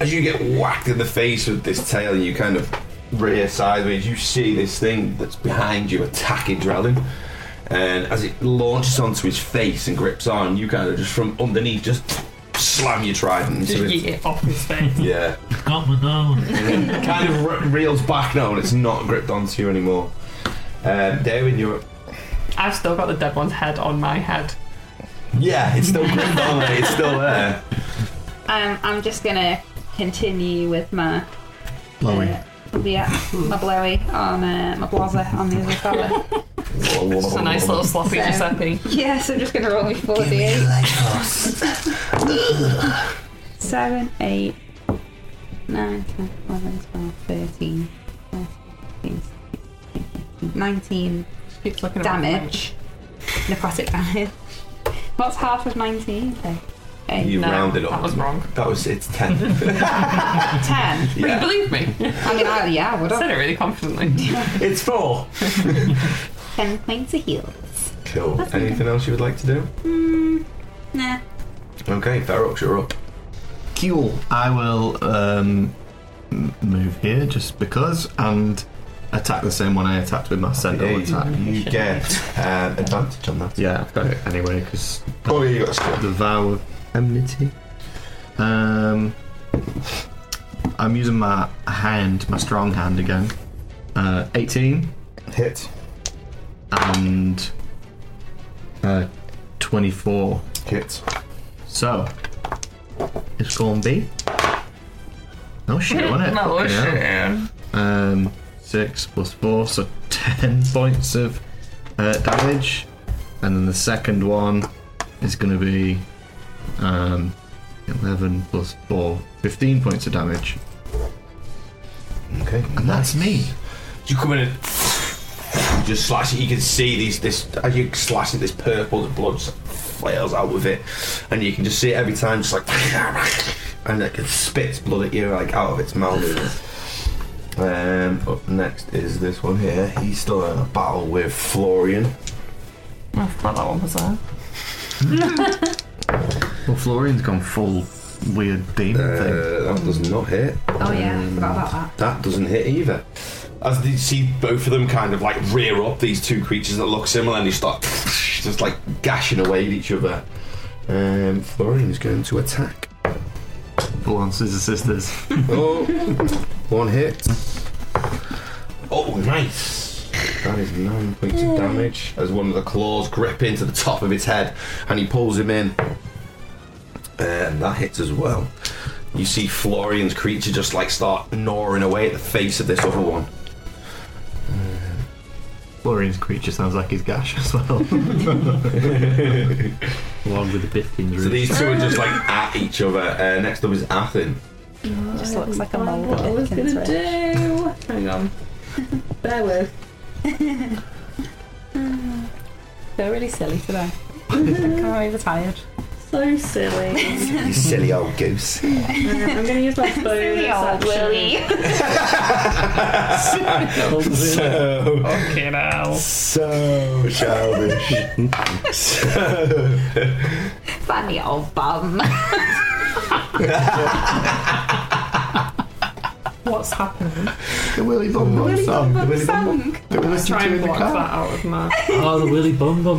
as you get whacked in the face with this tail, you kind of rear sideways. You see this thing that's behind you attacking Drellin. And as it launches onto his face and grips on, you kind of just from underneath just slam your trident into it.
Get off his face.
Yeah.
Got my own.
It kind of re- reels back now and it's not gripped onto you anymore. Um, Darren, you're up.
I've still got the dead one's head on my head.
Yeah, it's still gripped on, mate. It's still there.
Um, I'm just gonna continue with my uh,
Blowy.
yeah, my blowy on uh, my blazer on the other fella.
It's
A nice little sloppy
So-
Giuseppe.
yes, I'm just gonna roll me 48. Seven, eight, nine, 10, 11, 12, 13, 14, 15, 16, 19
Keeps looking at my
damage. Necrotic damage. What's half of 19? Okay. Eight,
You
No,
rounded up.
That was wrong.
That was, it's 10.
10.
yeah.
Believe me.
I mean, I, yeah, I would have.
Said it really confidently.
It's 4.
10 points of heal.
Cool. Anything else you would like to do?
Nah.
Okay, Ferox, you're up.
Cool. I will um, m- move here just because and attack the same one I attacked with my send
Hey,
attack.
you get um, advantage on that.
Yeah, I've got it anyway because
Oh, yeah, you got a skill.
the vow of enmity. Um, I'm using my hand, my strong hand again. Uh, 18
Hit.
and uh, 24.
Hit.
So, it's going to be. No shit, wasn't it?
No
Fucking hell.
shit.
Um, six plus four, so ten points of uh, damage, and then the second one is going to be um, eleven plus four, 15 points of damage,
Okay.
and that's me.
You come in and you just slash it. You can see these. This as you slash it, this purple the blood just flails out with it, and you can just see it every time, just like and like it spits blood at you, like out of its mouth. Um, up next is this one here. He's still in a battle with Florian.
I forgot that one was there.
Well, Florian's gone full weird demon thing.
Uh, that does not hit.
Oh, yeah, I forgot about that.
That doesn't hit either. As you see both of them kind of like rear up these two creatures that look similar and they start just like gashing away at each other. Um, Florian's going to attack.
Full on scissor sisters.
Oh, one hit. Oh, nice. That is nine points of damage as one of the claws grip into the Uh, top of his head and he pulls him in. And that hits as well. you see Florian's creature just like start gnawing away at the face of this other one.
Uh, Florian's creature sounds like his gash as well.
along with the Biffin's
So
roots.
these two are just like at each other. Uh, next up is Athen.
Just looks like a mole.
What I was
with Atkins
gonna
wrist.
do? Hang on. Bear with.
They're really silly today. I'm overtired.
So silly.
You silly old goose.
I'm gonna use my bonus
Silly old
action.
Willy.
Oh,
So,
Fucking hell.
so childish. so,
Funny old bum.
What's happened?
the Willy Bum Bum song. The Willy Bum Bum. That we listened
Try
to in
and
the
block that
car.
out of my.
Oh, the Willy Bum Bum.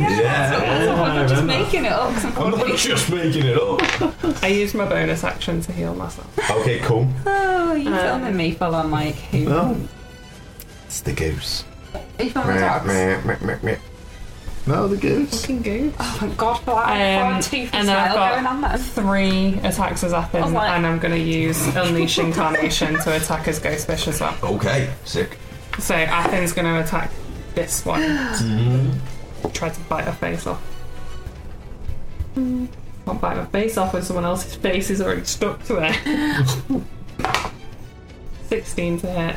yeah.
I
Just
remember.
making it up. 'cause I'm
I'm not just making it up.
I used my bonus action to heal myself.
Okay, cool.
Oh,
Uh,
you filming me full on like who?
No,
It's the goose.
Are you filming
Meh,
dogs?
meh, meh, meh, meh.
no, the goose.
Fucking goo.
Oh, thank God for that.
Um,
Um, tooth
and
and
then I've
smile
got-
going on there.
Three attacks as Athen,
Oh, what?
and I'm gonna use Unleash Incarnation to attack as Ghostfish as well.
Okay, sick.
So Athen's gonna attack this one. Try to bite her face off. Can't bite my face off when someone else's face is already stuck to it. 16 to hit.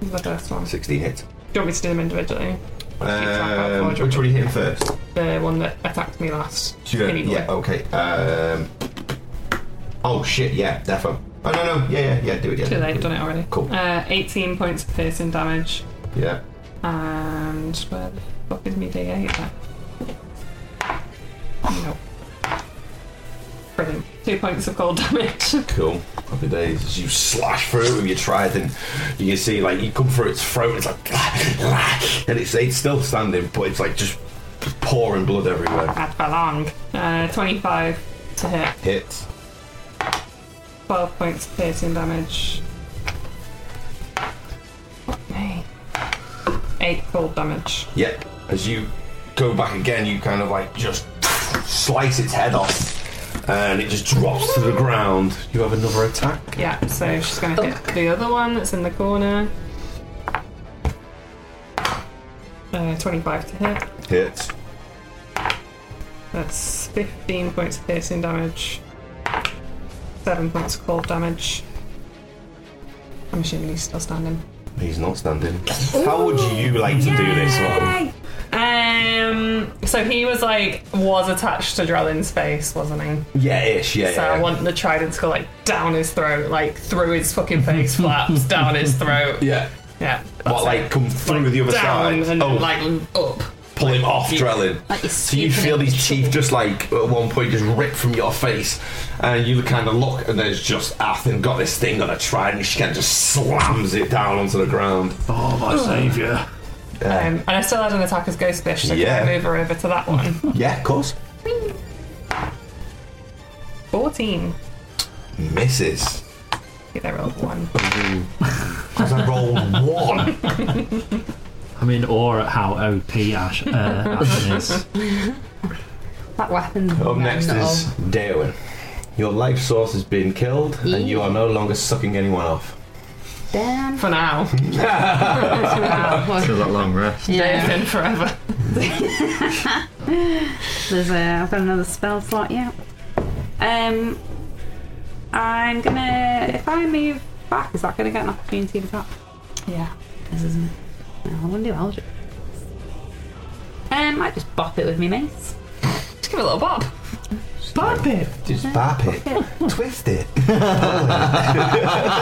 This is my first one. Do
16 hits.
you want me to do them individually?
Um, which one are you hitting first?
The one that attacked me last.
Sure.
Skinny boy.
Yeah, okay. Um, oh shit, yeah, defo. Oh no, no, yeah, yeah, yeah, do it, yeah.
Too late, done it already.
Cool.
Uh, 18 points of piercing damage.
Yeah.
And where the fuck is me D8 at? Nope. Brilliant. Two points of cold damage.
Cool. Happy days. As you slash through it with your trident, you can see like you come through its throat. It's like, and it's it's still standing, but it's like just pouring blood everywhere.
Not for long. Uh, 25 to hit.
Hits.
12 points of piercing damage. Fuck me. 8 cold damage.
Yep. As you go back again, you kind of like just slice its head off, and it just drops to the ground. You have another attack.
Yeah, so she's gonna hit the other one that's in the corner. Uh, 25 to hit.
Hits.
That's 15 points of piercing damage, 7 points of cold damage. I'm assuming he's still standing.
He's not standing. How would you like to do this one?
Uh,
Um, so he was like, was attached to Drellin's face, wasn't he?
Yeah, ish. Yeah,
So I
yeah.
want the trident to go like down his throat, like through his fucking face flaps, down his throat.
yeah.
Yeah.
What, like come through the other
down
side?
and
oh,
like up.
pull him off, Drellin. So you feel these teeth just like at one point just rip from your face, and you kind of look, and there's just Athen got this thing on a trident. She kind of just slams it down onto the ground.
Oh, my saviour.
Um, and I still had an attack as Ghostfish, so
Yeah.
can I move her over to that one?
Yeah, of course.
14.
Misses.
Yeah, they rolled one.
Because I rolled one.
I'm in awe at how OP Ash, uh, Ashen is.
That weapon.
Up next is Darwin. Your life source has been killed, and you are no longer sucking anyone off.
Damn.
For now.
Still that long rest.
They've been forever.
There's a, I've got another spell slot, yeah. Um, I'm gonna. If I move back, is that gonna get an opportunity to attack?
Yeah.
This isn't it. No, I wouldn't do Eldritch. Um, I just bop it with me mace.
Just give it a little bob.
Bop it. Just bop it. Twist it.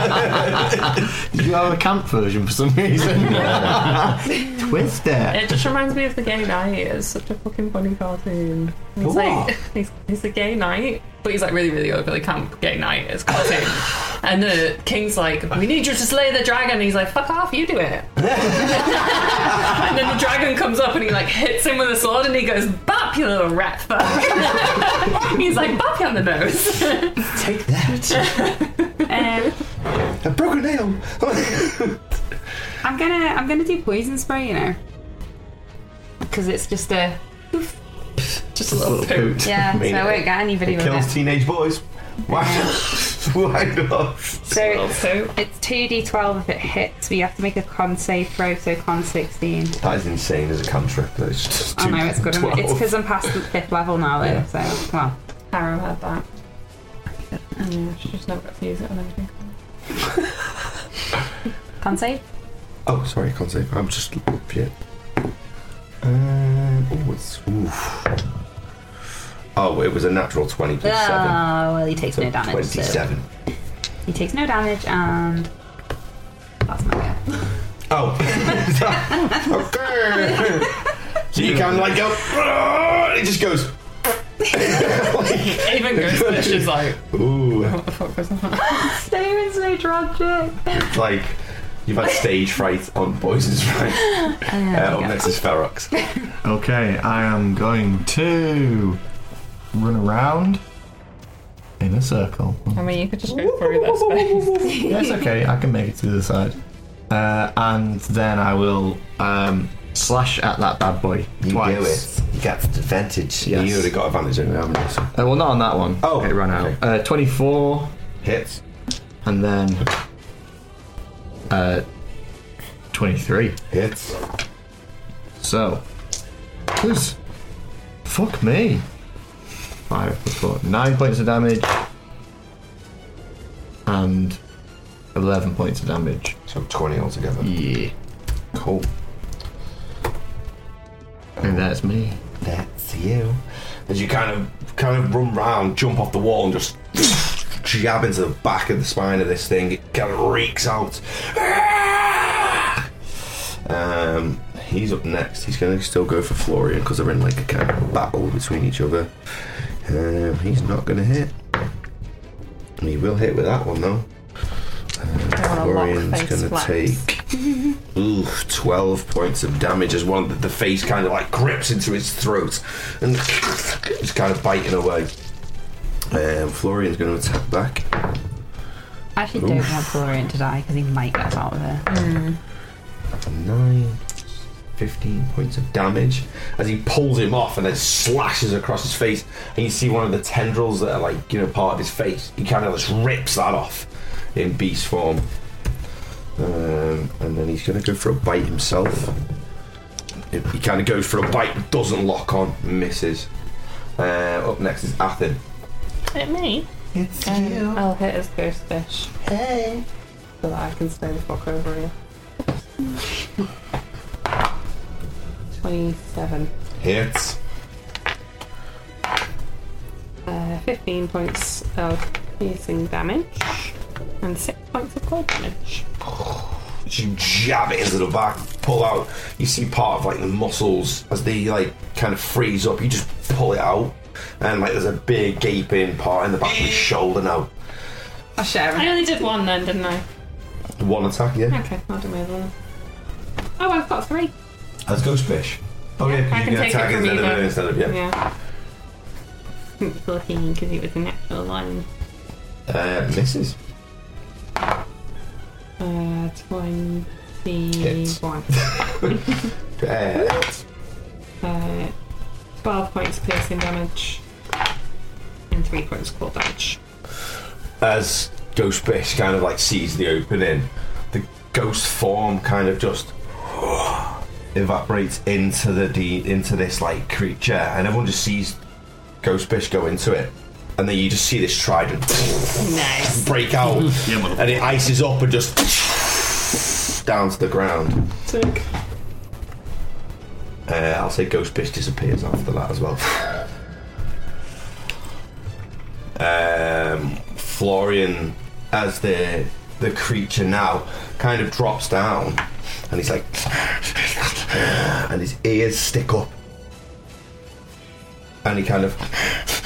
Did you have a camp version for some reason? Twist it.
It just reminds me of the gay knight. It's such a fucking funny cartoon. He's like he's, he's a gay knight, but he's like really, really overly camp gay knight. It's a cartoon. and the king's like, "We need you to slay the dragon." And he's like, "Fuck off, you do it." and then the dragon comes up and he like hits him with a sword and he goes, "Bop you little rat fuck." he's like, "Bop you on the nose."
Take that.
Um,
I broke a nail.
I'm gonna, I'm gonna do poison spray, you know, because it's just a.
just a little poot.
Yeah, so I won't get anybody
It
with
kills
it.
teenage boys. Wow. Why not?
So it's,
So
it's 2d12 if it hits, but you have to make a con save throw, so con 16.
That is insane as a cantrip. That's just
Oh
too-
no, it's good. isn't it? It's
12.
because I'm past the fifth level now, though, so come on.
Harrow had that. And yeah, she just never got to use it on anything.
Con save?
Oh, sorry, I can't say. I'm just shit. Um, oh, it's oof. Oh, it was a natural twenty plus seven.
Oh, well, he takes
So
no damage. so-
Twenty-seven.
He takes no damage, and that's my go.
Oh. okay. so you can like go. "Argh," and It just goes.
Even Ghostfish is like,
Ooh,
what the fuck was that?
Stay so tragic.
like you've had stage fright on Poison's Right. Uh, up next is Ferox.
Okay, I am going to run around in a circle.
I mean, you could just go through that space.
That's okay, I can make it to the other side. Uh, and then I will um, slash at that bad boy
You
twice.
do it. You get advantage.
Yes.
You would have got advantage in it, haven't you? So,
Uh, well, not on that one.
Oh,
it ran out.
okay.
Uh, 24,
hits.
and then uh, 23.
Hits.
So, who's. Fuck me. 5 plus 4. 9 points of damage. And 11 points of damage.
So twenty altogether.
Yeah.
Cool.
And that's me.
That's you. As you kind of kind of run round, jump off the wall, and just jab into the back of the spine of this thing. It kind of reeks out. Ah! Um, he's up next. He's going to still go for Florian because they're in like a kind of battle between each other. Um, he's not going to hit. He will hit with that one though. Uh,
I want a lock
Florian's
face
going to
flaps.
take oof, 12 points of damage as one of the, the face kind of like grips into his throat and it's kind of biting away. Um, Florian's going to attack back.
I actually don't want Florian to die because he might get us out of here.
9, 15 points of damage as he pulls him off and then slashes across his face. And you see one of the tendrils that are like, you know, part of his face. He kind of just rips that off in beast form. Um, and then he's going to go for a bite himself. He he kind of goes for a bite, doesn't lock on, misses. Uh, up next is Athen.
Hit me.
Um, I'll hit his Ghostfish. Hey! So that I can stay the fuck over here. 27.
Hits.
Uh, 15 points of piercing damage and 6 points of cold damage.
you jab it into the back, pull out. You see part of like the muscles as they like kind of freeze up. You just pull it out, and like there's a big gaping part in the back of his shoulder now.
I'll share
I only did one then, didn't I?
One attack, yeah.
Okay, I'll do my other one. Oh, I've got three.
As goes fish. Oh yeah, 'cause
I
you
can
can
take
attack
it from
instead of
either.
it instead of yeah.
Yeah. Looking because it was an actual line.
Uh, misses.
Uh, 21.
Uh,
Uh, 12 points piercing damage and 3 points cold damage.
as Ghostfish kind of like sees the opening, the ghost form kind of just evaporates into the de- into this like creature, and everyone just sees Ghostfish go into it, and then you just see this trident
Nice.
break out,
Yeah, motherfucker.
and it ices up and just down to the ground.
Took.
Uh, I'll say Ghostfish disappears after that as well. um, Florian, as the the creature now kind of drops down, and he's like, and his ears stick up, and he kind of,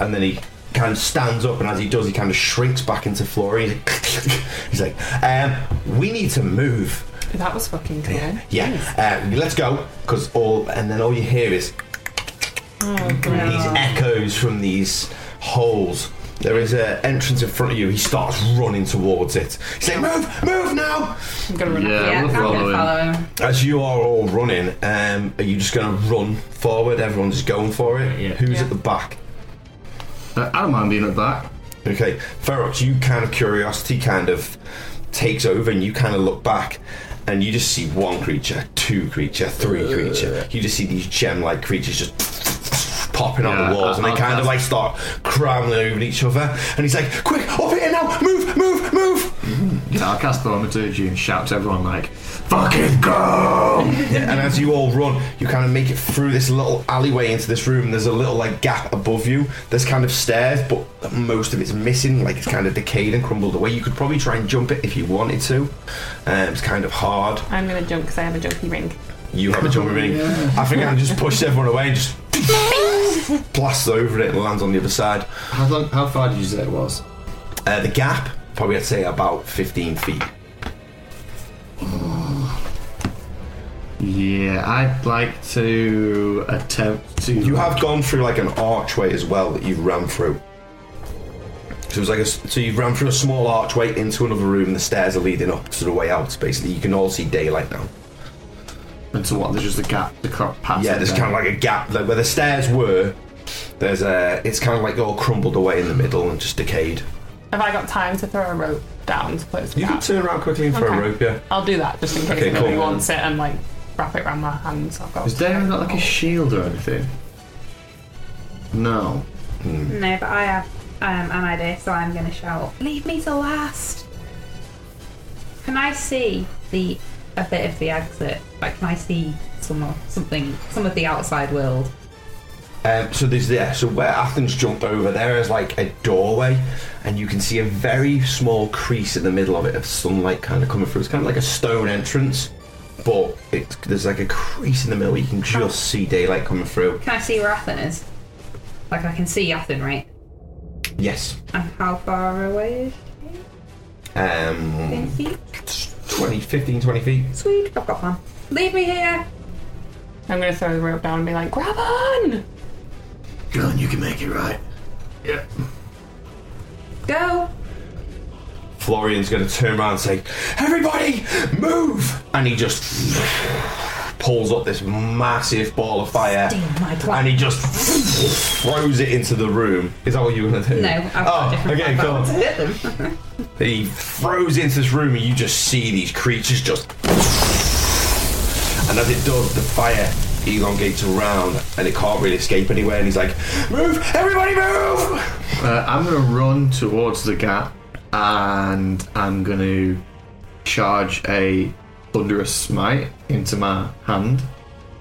and then he kind of stands up, and as he does, he kind of shrinks back into Florian. He's like, um, we need to move.
That was fucking cool.
Yeah, um, let's go because all and then all you hear is
Oh,
these echoes from these holes. There is an entrance in front of you. He starts running towards it. He's like, "Move, move now!"
I'm gonna run
Yeah,
Yeah,
we'll
I'm
follow
gonna
him.
follow him.
As you are all running, um, are you just going to run forward? Everyone's just going for it.
Yeah.
Who's
Yeah.
at the back?
Uh, I don't mind being at the back.
Okay, Ferox, you kind of curiosity kind of takes over, and you kind of look back, and you just see one creature, two creature, three creature. You just see these gem-like creatures just popping on
Yeah,
the walls, and they
I- I-
kind of
that's-
like start crumbling over each other. And he's like, "Quick, up here now! Move, move, move!"
Yeah, I'll cast Thaumaturgy and shout to everyone like, "Fucking go!"
Yeah, and as you all run, you kind of make it through this little alleyway into this room. There's a little like gap above you. There's kind of stairs, but most of it's missing. Like it's kind of decayed and crumbled away. You could probably try and jump it if you wanted to. Um, it's kind of hard.
I'm gonna jump because I have a junkie ring.
You have a jump ring. I think I just pushed everyone away and just blasts over it and lands on the other side.
How, long, how far did you say it was?
Uh, the gap, probably I'd say about 15 feet.
Yeah, I'd like to attempt to.
You have gone through like an archway as well that you've ran through. So it was like a, s- so you've ran through a small archway into another room. The stairs are leading up to the way out. Basically, you can all see daylight now.
And so what? There's just a gap to crop past.
Yeah,
it
there's
then.
kind of like a gap like where the stairs were. There's a, it's kind of like all crumbled away in the middle and just decayed.
Have I got time to throw a rope down to close the
You can
gap?
turn around quickly and throw
Okay.
a rope. Yeah.
I'll do that just in case
Okay,
anybody
cool.
wants it and like wrap it around my hands. I've got.
Is Darren got like a shield or anything? No.
No, but I have um, an idea, so I'm going to shout, Leave me to last! Can I see the a bit of the exit? Like, can I see some of, something, some of the outside world?
Um, so there's there. So where Athens jumped over, there is like a doorway, and you can see a very small crease in the middle of it of sunlight kind of coming through. It's kind of like a stone entrance, but it's, there's like a crease in the middle. You can just see daylight coming through.
Can I see where Athen is? Like, I can see Athen, right?
Yes.
And how far away is
Um,
she?
20, 15, 20 feet.
Sweet, I've got one. Leave me here!
I'm gonna throw the rope down and be like, grab on!
Go on, you can make it right. Yeah.
Go!
Florian's going to turn around and say, Everybody, move! And he just pulls up this massive ball of fire.
Damn, my plan.
and he just throws it into the room. Is that what you were gonna do?
No, I've got a
oh,
different
okay,
plan, but I
cool.
want to hit them.
He throws it into this room, and you just see these creatures just. And as it does, the fire elongates around, and it can't really escape anywhere. And he's like, "Move, everybody, move!"
Uh, I'm gonna run towards the gap, and I'm gonna charge a thunderous smite into my hand.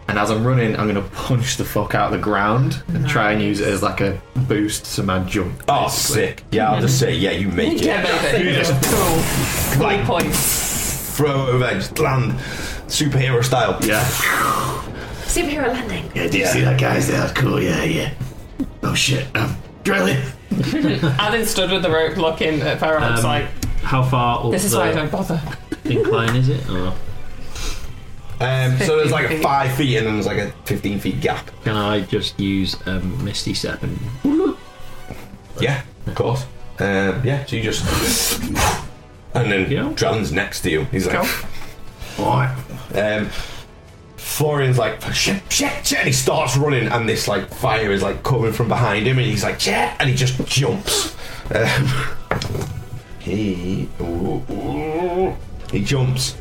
And as I'm running, I'm gonna punch the fuck out of the ground and try and use it as like a boost to my jump.
Oh, sick! Yeah, I'll just say, yeah, you make it.
Yeah, baby.
You just
Cool
like
points.
throw over, just land superhero style.
Yeah.
Superhero landing.
Yeah, did you see that guy's there? That's cool, yeah, yeah. Oh shit, um, drilling!
Alan stood with the rope looking at Ferox
Um,
like,
How far up
this is
the
why I don't bother.
incline is it? Or
Um, so there's like a
15 feet.
five feet, and then there's like a fifteen feet gap.
can I just use um, Misty Step and
Yeah, of course. Um, yeah, so you just. And then
Yeah.
Drellin's next to you. He's like.
Alright.
Um, Florian's like, shit, shit, shit. And he starts running, and this like fire is like coming from behind him, and he's like, shit. And he just jumps. Um, he. ooh, ooh. he jumps.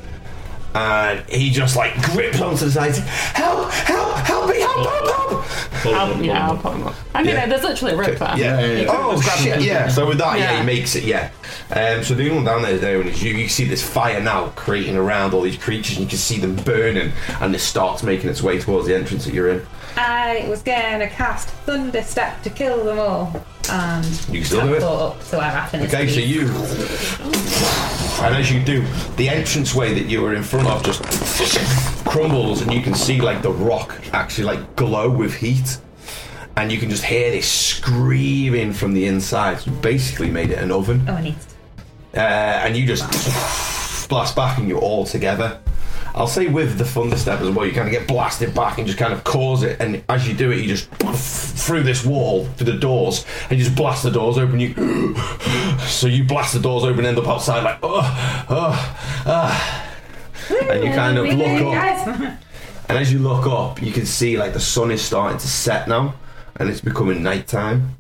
And he just like grips onto the sides. Help! Help! Help me! Help! Help! Help!
I'll, yeah, I'll put him up. I mean,
Yeah.
There's literally a rope there.
Yeah.
yeah, yeah.
Oh shit! Yeah. So with that, yeah.
Yeah.
he makes it. Yeah. Um, so the only one down there is there, and it's you. You can see this fire now creating around all these creatures, and you can see them burning, and it starts making its way towards the entrance that you're in.
I was going to cast Thunderstep to kill them all. And
You can still do it.
Teleport Um, up to where Athen is.
Okay, so
please.
you, and as you do, the entranceway that you were in front of just crumbles, and you can see like the rock actually like glow with heat, and you can just hear this screaming from the inside. So you basically made it an oven.
Oh, I need to.
uh, and you just blast back and you're all together. I'll say with the thunder step as well, you kind of get blasted back and just kind of cause it. And as you do it, you just through this wall to the doors and you just blast the doors open. You so you blast the doors open, and end up outside like oh oh ah, and you kind of
We did it,
look up.
guys.
And as you look up, you can see like the sun is starting to set now, and it's becoming nighttime.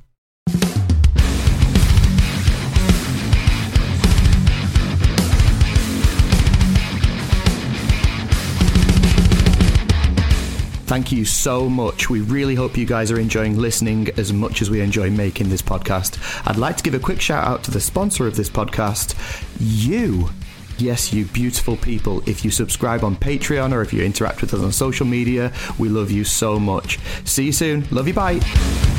Thank you so much. We really hope you guys are enjoying listening as much as we enjoy making this podcast. I'd like to give a quick shout out to the sponsor of this podcast, you. Yes, you beautiful people. If you subscribe on Patreon or if you interact with us on social media, we love you so much. See you soon. Love you. Bye.